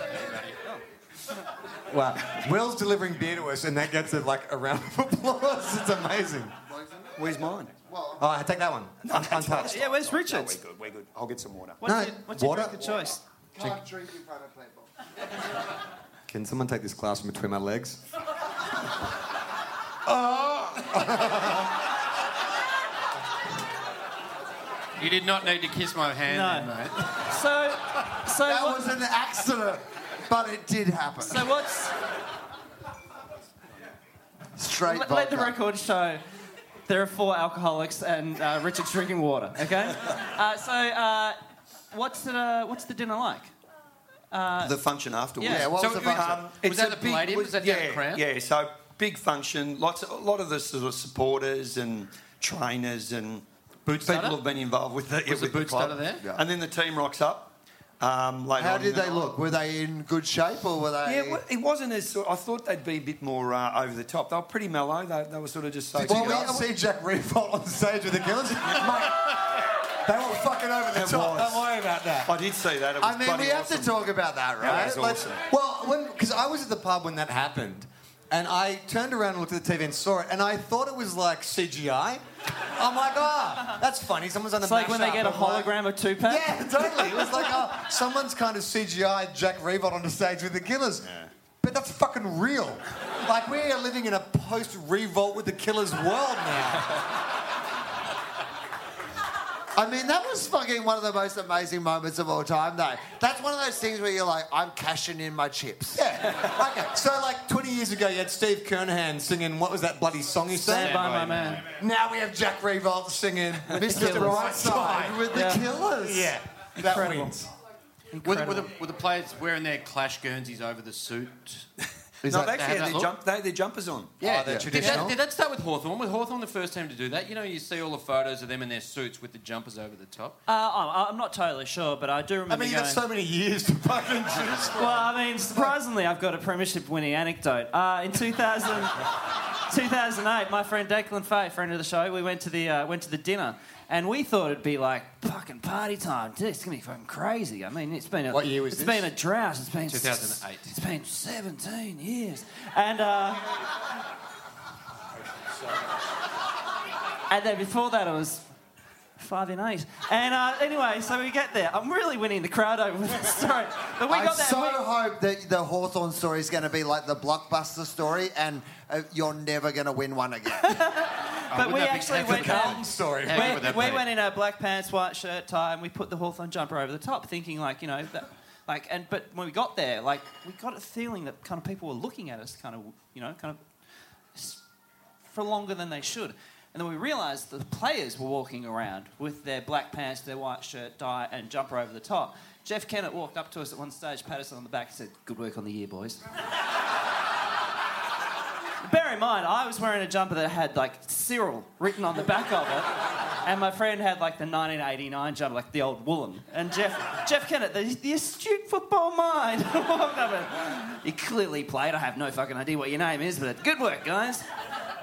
S4: Wow. Will's delivering beer to us, and that gets it like a round of applause. It's amazing.
S6: where's mine?
S4: Oh, take that one. Un- untouched.
S1: Yeah, where's
S6: No,
S1: Richard?
S6: we're good. We're good. I'll get some water.
S1: What's,
S4: No,
S1: your, what's your
S4: water.
S1: drink of choice?
S3: Can't drink in front of people.
S4: Can someone take this glass from between my legs?
S2: You did not need to kiss my hand,
S1: No.
S2: then, mate.
S1: So, so
S3: That
S1: what,
S3: was an accident, but it did happen.
S1: so what's?
S3: Straight
S1: Let,
S3: vodka.
S1: let the record show. There are four alcoholics and uh, Richard's drinking water. Okay. Uh, so, uh, what's the uh, what's the dinner like?
S6: the function afterwards.
S1: yeah,
S3: what
S2: So
S3: was the
S2: it
S3: function?
S6: Um,
S2: Was
S6: it's
S2: that
S6: a
S2: the
S6: big-
S2: Palladium? Was that the
S6: yeah,
S2: other crowd?
S6: Yeah, so big function, lots, a lot of the sort of supporters and trainers and boots people
S2: stutter?
S6: have been involved with the,
S2: Was the
S6: with the
S2: boot
S6: club.
S2: stutter there? Yeah.
S6: And then the team rocks up. Um, later
S3: How
S6: on
S3: did
S6: in the
S3: they
S6: night.
S3: look? Were they in good shape or were they?
S6: Yeah, well, it wasn't as. sort- I thought they'd be a bit more uh, over the top. They were pretty mellow. They, they were sort of just so.
S3: Well, we didn't see Jack Revolt on stage with the Killers. Mate, they were fucking over the
S6: It
S3: top.
S6: was.
S3: Don't worry about that.
S6: I did see that. It was
S3: I mean,
S6: bloody
S3: we have
S6: awesome.
S3: to talk about that,
S6: That
S3: right?
S6: was
S3: Let's-
S6: awesome.
S3: well, when because I was at the pub when that happened, and I turned around and looked at the TV and saw it, and I thought it was like CGI. I'm like, ah, that's funny. Someone's on the.
S1: It's like when they
S3: mashup
S1: get a
S3: of, like-
S1: hologram of Tupac.
S3: Yeah, totally. It was like, oh, someone's kind of CGI Jack Revolt on the stage with the Killers. But that's fucking real. Like, we are living in a post Revolt with the Killers world now.
S4: I mean, that was fucking one of the most amazing moments of all time, though. That's one of those things where you're like, I'm cashing in my chips.
S3: Yeah. Okay. So, like, 20 years ago, you had Steve Kernahan singing, what was that bloody song he sang?
S1: Stand by my man.
S3: Now we have Jack Revolt singing Mr.
S1: Killers.
S3: Brightside with
S1: Yeah.
S3: the Killers. Yeah. That wins.
S2: Were, the- were, the, were the players wearing their Clash Guernseys over the suit?
S6: No,
S2: that-
S6: they
S2: they
S6: actually
S2: had
S6: had
S2: that
S6: their,
S2: look?
S6: jump, they had their jumpers on.
S2: Yeah,
S3: they're
S2: did, that,
S3: traditional.
S2: did that start with Hawthorn? Was Hawthorn the first team to do that? You know, you see all the photos of them in their suits with the jumpers over the top.
S1: Uh, I'm, I'm not totally sure, but I do
S3: I
S1: remember
S3: mean, you've
S1: going.
S3: got so many years to fucking choose from.
S1: Well, I mean, surprisingly, I've got a premiership winning anecdote. Uh, in 2000, 2008, my friend Declan Fay, friend of the show, we went to the uh, went to the dinner, and we thought it'd be like fucking party time. Dude, it's gonna be fucking crazy. I mean, it's been a
S3: What year was
S1: it's
S3: this?
S1: been a drought. It's been
S2: 2008.
S1: It's been 17 years, and. Uh, And then before that, it was five in eight. And uh, anyway, so we get there. I'm really winning the crowd over with this story. But we
S4: I
S1: got that.
S4: so
S1: we-
S4: hope that the Hawthorne story is going to be like the blockbuster story, and uh, you're never going to win one again.
S1: but we
S2: that be
S1: actually
S2: Kevin
S1: went
S3: Carlton
S1: out-
S3: story.
S2: How good would
S1: We,
S2: that
S1: we
S2: be?
S1: went in our black pants, white shirt, tie, and we put the Hawthorn jumper over the top, thinking like you know, that, like and but when we got there, like we got a feeling that kind of people were looking at us, kind of you know, kind of s- for longer than they should. And then we realised that the players were walking around with their black pants, their white shirt, tie, and jumper over the top. Jeff Kennett walked up to us at one stage, pat us on the back, and said, "Good work on the year, boys." Bear in mind, I was wearing a jumper that had like Cyril written on the back of it, and my friend had like the 1989 jumper, like the old woolen. And Jeff, Jeff Kennett, the, the astute football mind, walked up and you clearly played. I have no fucking idea what your name is, but good work, guys.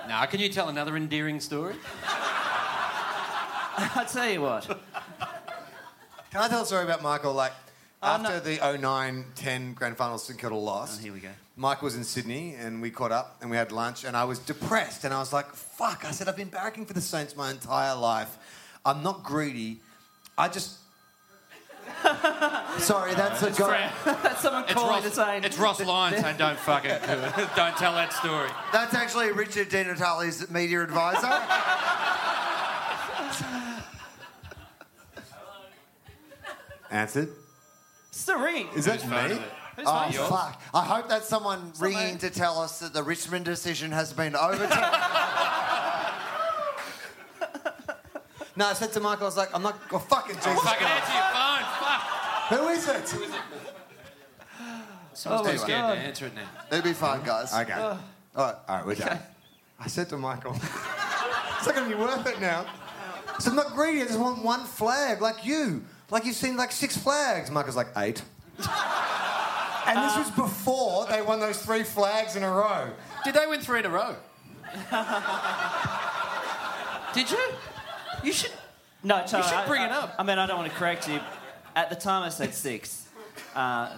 S2: Now, can you tell another endearing story?
S1: I tell you what,
S3: Can I tell a story about Michael? Like,
S1: Oh, no.
S3: after the 09 10 grand final St Kilda loss,
S1: Oh, here we go.
S3: Mike was in Sydney and we caught up and we had lunch and I was depressed and I was like, fuck. I said, I've been barracking for the Saints my entire life. I'm not greedy. I just. Sorry, that's a go.
S1: that's someone
S2: It's
S1: calling to
S2: Ross,
S1: say
S2: it's Ross Lyon saying, don't fucking do it. Don't tell that story.
S4: That's actually Richard Di Natale's media advisor.
S3: Answered.
S1: still ringing.
S3: Is that
S2: phone is Ah,
S3: me?
S2: it?
S1: Who's
S4: Oh,
S1: yours?
S4: fuck. I hope that's someone
S1: not
S4: ringing
S1: me.
S4: to tell us that the Richmond decision has been overturned.
S3: No, I said to Michael, I was like, I'm not. Oh, fucking Jesus.
S2: Fucking answer your phone. Fuck.
S3: Who is it?
S2: Someone's
S3: my
S2: too scared
S1: God.
S2: to answer it now.
S4: It'll be fine, guys.
S3: Okay. All right, all right, we're done. I said to Michael, it's not going to be worth it now. So I'm not greedy. I just want one flag, like you. Like you've seen like six flags. Michael's like eight. and this was before they won those three flags in a row.
S2: Did they win three in a row? Did you? You should.
S1: No, Charlie,
S2: should
S1: I-
S2: bring
S1: I-
S2: it up.
S1: I mean, I don't want to correct you. At the time, I said six. Uh,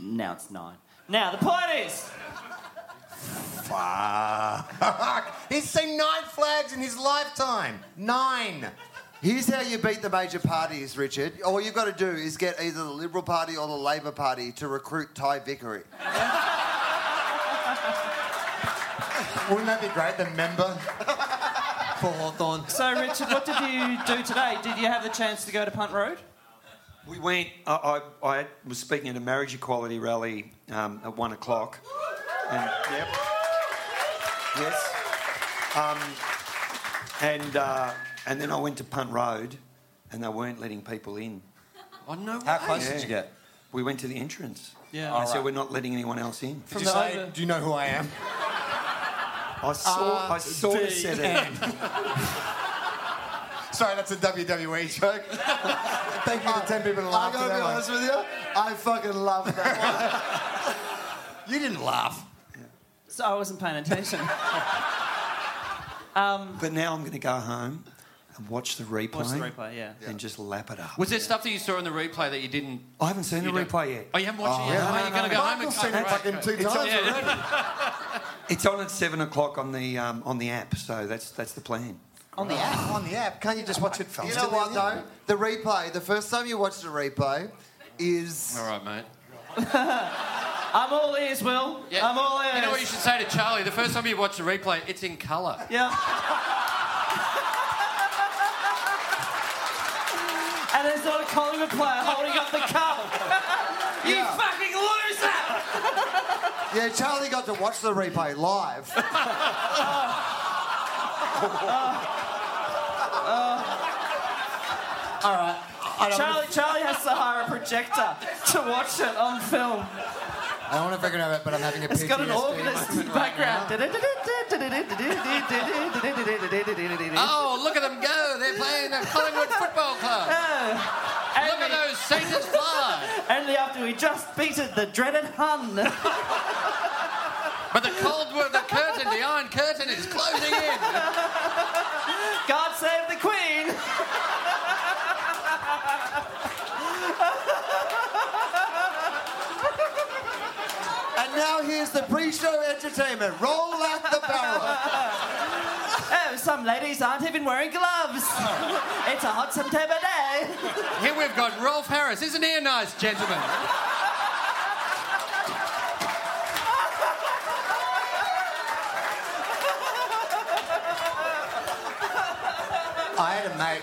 S1: now it's nine. Now the point is.
S3: Fuck. He's seen nine flags in his lifetime. Nine.
S4: Here's how you beat the major parties, Richard. All you've got to do is get either the Liberal Party or the Labor Party to recruit Ty Vickery.
S3: Wouldn't that be great? The member for Hawthorn.
S1: So, Richard, what did you do today? Did you have the chance to go to Punt Road?
S6: We went. I, I, I was speaking at a marriage equality rally um, at one o'clock. And, yep. Yes. Um, and uh, and then I went to Punt Road, and they weren't letting people in.
S2: Oh, no way.
S3: How close did you get?
S6: We went to the entrance.
S1: Yeah.
S6: And I said, we're not letting anyone else in.
S1: From
S3: Did
S1: the
S3: you say,
S1: over-
S3: do you know who I am?
S6: I saw,
S1: Ah,
S6: I saw it said it.
S4: Sorry, that's a WWE joke. Thank you to 10 people who
S3: E I
S4: laughed at
S3: gotta be
S4: that one.
S3: honest with you, I fucking love that one.
S4: You didn't laugh.
S1: So I wasn't paying attention.
S6: But now I'm going to go home and watch the replay.
S1: Watch the replay, yeah.
S6: And just lap it up.
S2: Was there stuff that you saw in the replay that you didn't?
S6: I haven't seen the
S2: you don't-
S6: replay yet.
S2: Oh, you haven't watched it
S4: yeah,
S2: yet.
S4: no,
S2: oh, you're
S4: no,
S2: going to go
S4: no.
S2: home and
S4: Michael's seen it fucking two
S6: It's on,
S4: times.
S6: it's on at seven o'clock on the um, on the app, so that's that's the plan.
S4: On the app. On the app. Can't you just watch it from
S3: You know what though? The replay, the first time you watched the replay is
S2: All right, mate.
S1: I'm all ears, Will.
S2: Yeah.
S1: I'm all ears.
S2: You know what you should say to Charlie? The first time you watch the replay, it's in colour.
S1: Yeah. and there's not a Collingwood player holding up the cup. you fucking loser!
S3: Yeah, Charlie got to watch the replay live.
S1: Charlie, Charlie has to hire a projector to watch it on film.
S4: I don't want to figure it out, but I'm having a
S1: It's got an
S4: PTSD
S1: organist
S4: moment right
S1: background.
S2: Oh, look at them go. They're playing the Collingwood Football Club. Look
S1: and,
S2: at
S1: the,
S2: those Satan's fly.
S1: only after we just beaten the dreaded Hun.
S2: But the cold, the curtain, the iron curtain is closing in.
S1: God save the Queen!
S3: And now here's the pre-show entertainment. Roll out the barrel.
S1: Oh, some ladies aren't even wearing gloves. it's a hot September day.
S2: Here we've got Rolf Harris. Isn't he a nice gentleman?
S4: now. I had a mate.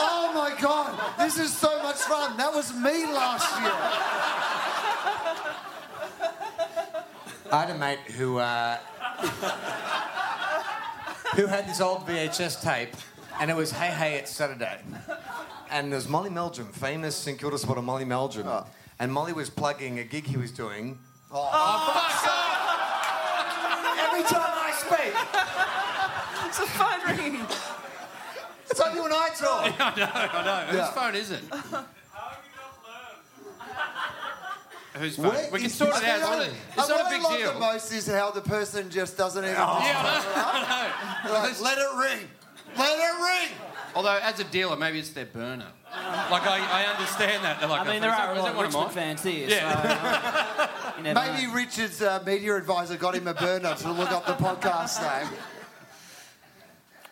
S3: Oh my god, this is so much fun. That was me last year.
S4: I had a mate who uh, who had this old VHS tape, and it was Hey Hey It's Saturday, and there was Molly Meldrum, famous St Kilda supporter Molly Meldrum,
S3: Oh.
S4: and Molly was plugging a gig he was doing.
S3: Oh, Every time I speak,
S1: It's a phone ringing.
S3: it's like you and I talk.
S2: I know. Whose phone is it? Whose phone?
S3: Where
S2: we can
S3: is
S2: sort
S3: this
S2: it out. It's not
S3: going?
S2: a, it's not a
S3: And
S2: big
S3: what I love the
S2: deal. Oh.
S3: most is how the person just doesn't even.
S2: Yeah, I know. I know.
S3: Like, let it ring. Let it ring.
S2: Although, as a dealer, maybe it's their burner. Like, I, I understand that. They're like,
S1: I mean,
S2: "Oh,
S1: there
S2: is
S1: are
S2: that-
S1: a lot
S2: is that
S1: of
S2: one of mine?"
S1: Richmond fans here. So, uh, you never
S3: Maybe
S1: know.
S3: Richard's uh, media advisor got him a burner to look up the podcast name.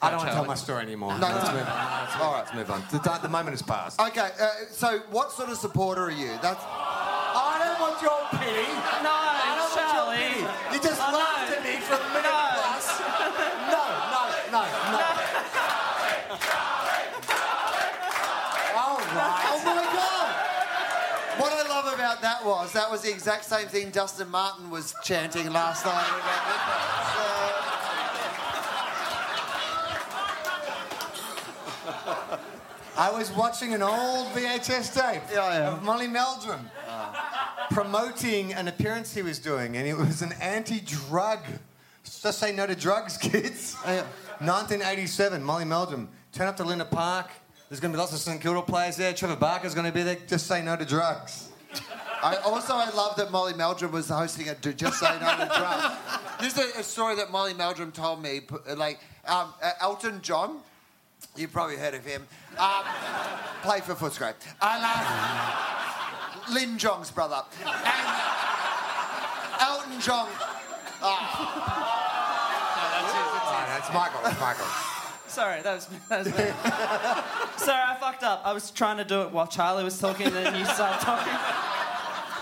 S4: I don't want to tell my story anymore. No, let's move on. All right, let's move on. The, di- the moment has passed.
S3: Okay, uh, so what sort of supporter are you? That's. I don't want your pity.
S1: No,
S3: pity.
S1: Charlie.
S3: You just
S1: I know.
S3: laughed at me for a minute plus. No, no, no, no. All right. Oh my god. What I love about that was that was the exact same thing Dustin Martin was chanting last night. About
S4: I was watching an old VHS tape
S3: Yeah, yeah.
S4: of Molly Meldrum promoting an appearance he was doing, and it was an anti-drug. Just say no to drugs, kids.
S3: Oh,
S4: 1987, Molly Meldrum. Turn up to Linda Park. There's going to be lots of St Kilda players there. Trevor Barker's going to be there. Just say no to drugs.
S3: I, also, I love that Molly Meldrum was hosting it. Just so you know, the drum. This is a, a story that Molly Meldrum told me. p- Like um, uh, Elton John, you probably heard of him. Um, played for Footscray. And uh, Lin Jong's brother. And uh, Elton John. Ah.
S4: That's Michael. That's Michael.
S1: Sorry, that was, that was me. Sorry, I fucked up. I was trying to do it while Charlie was talking, and then you started talking.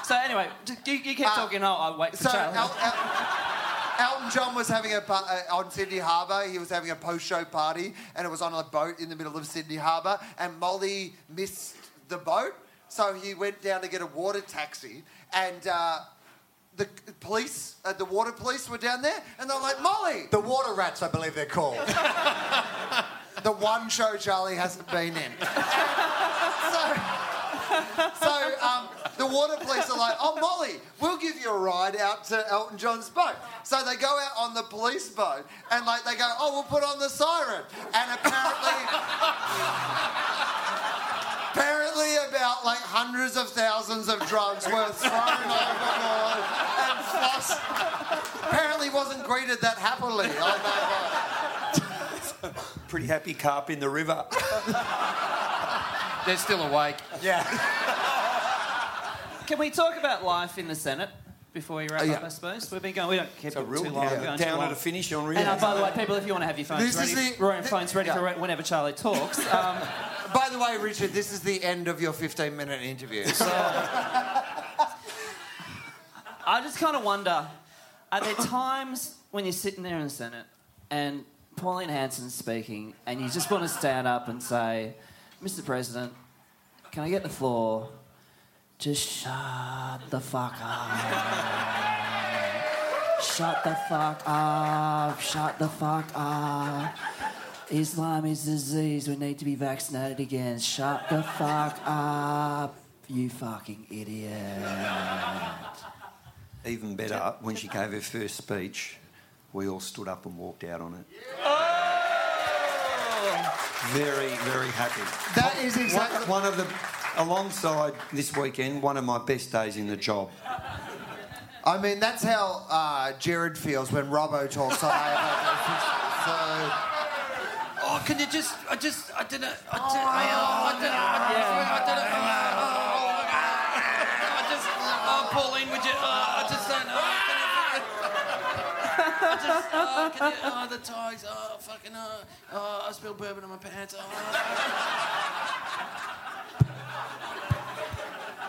S1: So anyway, j- you, you keep
S3: Uh,
S1: talking. I'll, I'll wait for
S3: So
S1: Charlie.
S3: El- El- Elton John was having a pa- uh, on Sydney Harbour. He was having a post-show party, and it was on a boat in the middle of Sydney Harbour. And Molly missed the boat, so he went down to get a water taxi, and. Uh, the c- police, uh, the water police were down there, and they're like, Molly!
S4: The Water Rats, I believe they're called.
S3: The one show Charlie hasn't been in. so, so um, the water police are like, oh, Molly, we'll give you a ride out to Elton John's boat. So they go out on the police boat and like they go, oh, we'll put on the siren. And apparently. Apparently, about like hundreds of thousands of drugs were thrown overboard and flossed. Apparently, wasn't greeted that happily. Oh my god!
S6: Pretty happy carp in the river.
S2: They're still awake.
S1: Can we talk about life in the Senate before we wrap
S3: Oh, yeah.
S1: up? I suppose we've been going. We don't keep it
S6: real
S1: too long. We're
S6: down,
S1: going
S6: down
S1: too
S6: at
S1: long.
S6: a finish on real.
S1: And uh, by the way, people, if you want to have your phones
S3: This is
S1: ready,
S3: the-
S1: Rory and
S3: thi-
S1: phones ready for
S3: yeah.
S1: whenever Charlie talks. Um,
S3: By the way, Richard, this is the end of your 15-minute interview. So
S1: I just kind of wonder are there times when you're sitting there in the Senate and Pauline Hanson's speaking and you just want to stand up and say, Mr. President, can I get the floor? Just shut the fuck up. shut the fuck up. Shut the fuck up. Islam is disease. We need to be vaccinated again. Shut the fuck up. You fucking idiot.
S6: Even better, when she gave her first speech, we all stood up and walked out on it. Very, very happy.
S7: That is exactly.
S6: One, one of the, alongside this weekend, one of my best days in the job.
S3: I mean, that's how uh, Jared feels when Robbo talks to I about this. So.
S2: Oh, can you just? I just. I didn't. I didn't. I, uh, I didn't. I didn't. I didn't. uh, uh, I just. Oh, Pauline, would you? Uh, I just don't know. I just, oh, can you, oh, the ties, oh, fucking, oh, oh, I spilled bourbon on my pants. Oh.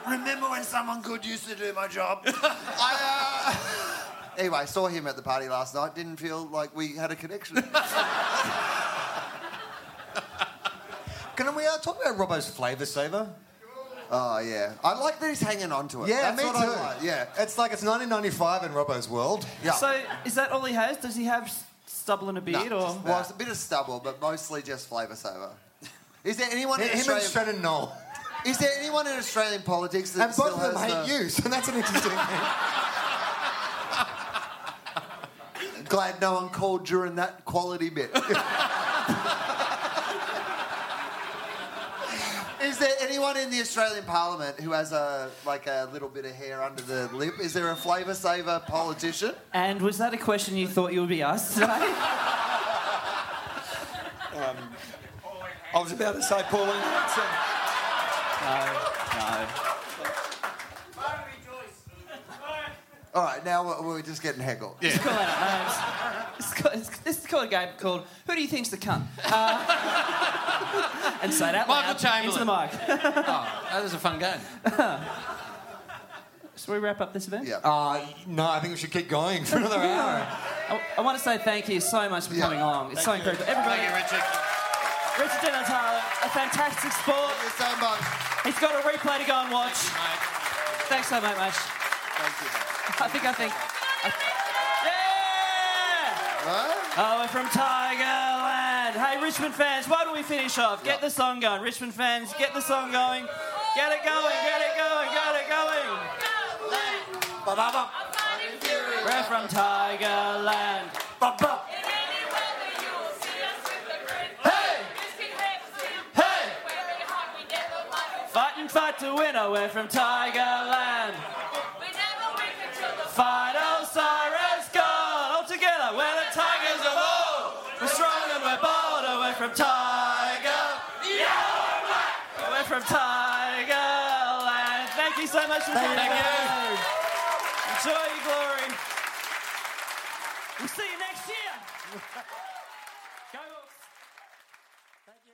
S3: Remember when someone good used to do my job? I, uh... Anyway, I saw him at the party last night. Didn't feel like we had a connection.
S7: Can we uh, talk about Robbo's flavour saver?
S3: oh yeah, I like that he's hanging on to it.
S7: Yeah,
S3: That's
S7: me
S3: what
S7: too.
S3: I like. Yeah,
S7: it's like it's 1995 in Robbo's world.
S3: yeah.
S1: So is that all he has? Does he have s- stubble and a
S3: No,
S1: beard, or
S3: just that. well, it's a bit of stubble, but mostly just flavour saver. Is there anyone in
S7: Him
S3: Australian?
S7: and Shannon Knoll.
S3: Is there anyone in Australian politics that
S7: And both
S3: still
S7: of them
S3: has
S7: hate
S3: the-
S7: you, so that's an interesting thing.
S3: Glad no one called during that quality bit. Is there anyone in the Australian Parliament who has a like a little bit of hair under the lip? Is there a flavour saver politician?
S1: and was that a question you thought you would be asked today?
S6: I was about to say, Pauline, so-
S3: All right, now we're, we're just getting heckled.
S1: It's called, uh, it's called- it's- this is called a game called "Who Do You Think's the Cunt?" Uh, and say that
S2: Michael
S1: loud into the
S2: Chamberlain.
S1: mic.
S2: That was a fun game.
S1: Should we wrap up this event?
S3: Yeah.
S7: Uh, no, I think we should keep going for another hour.
S1: I, want to say thank you so much for
S3: Yeah.
S1: coming along. It's so incredible. Everybody,
S2: Richard.
S1: Richard Dinatale, a fantastic sport.
S3: Thank you so much.
S1: He's got a replay to go and watch. Thanks so much, mate. I think I think. I- yeah!
S3: Huh?
S1: Oh, we're from Tigerland. Hey, Richmond fans, why don't we finish off? Get the song going. Richmond fans, get the song going. Get it going, get it going, get it going. We're from Tigerland. Fighting fight to win, oh, we're from Tigerland. Fight Osiris God. All together, we're the Tigers of old. We're strong and we're bold, oh, we're from Tiger. Oh, We're from Tigerland. Thank you so much for coming.
S2: you.
S1: Enjoy your glory. We'll see you next year. Go Hawks. Thank you.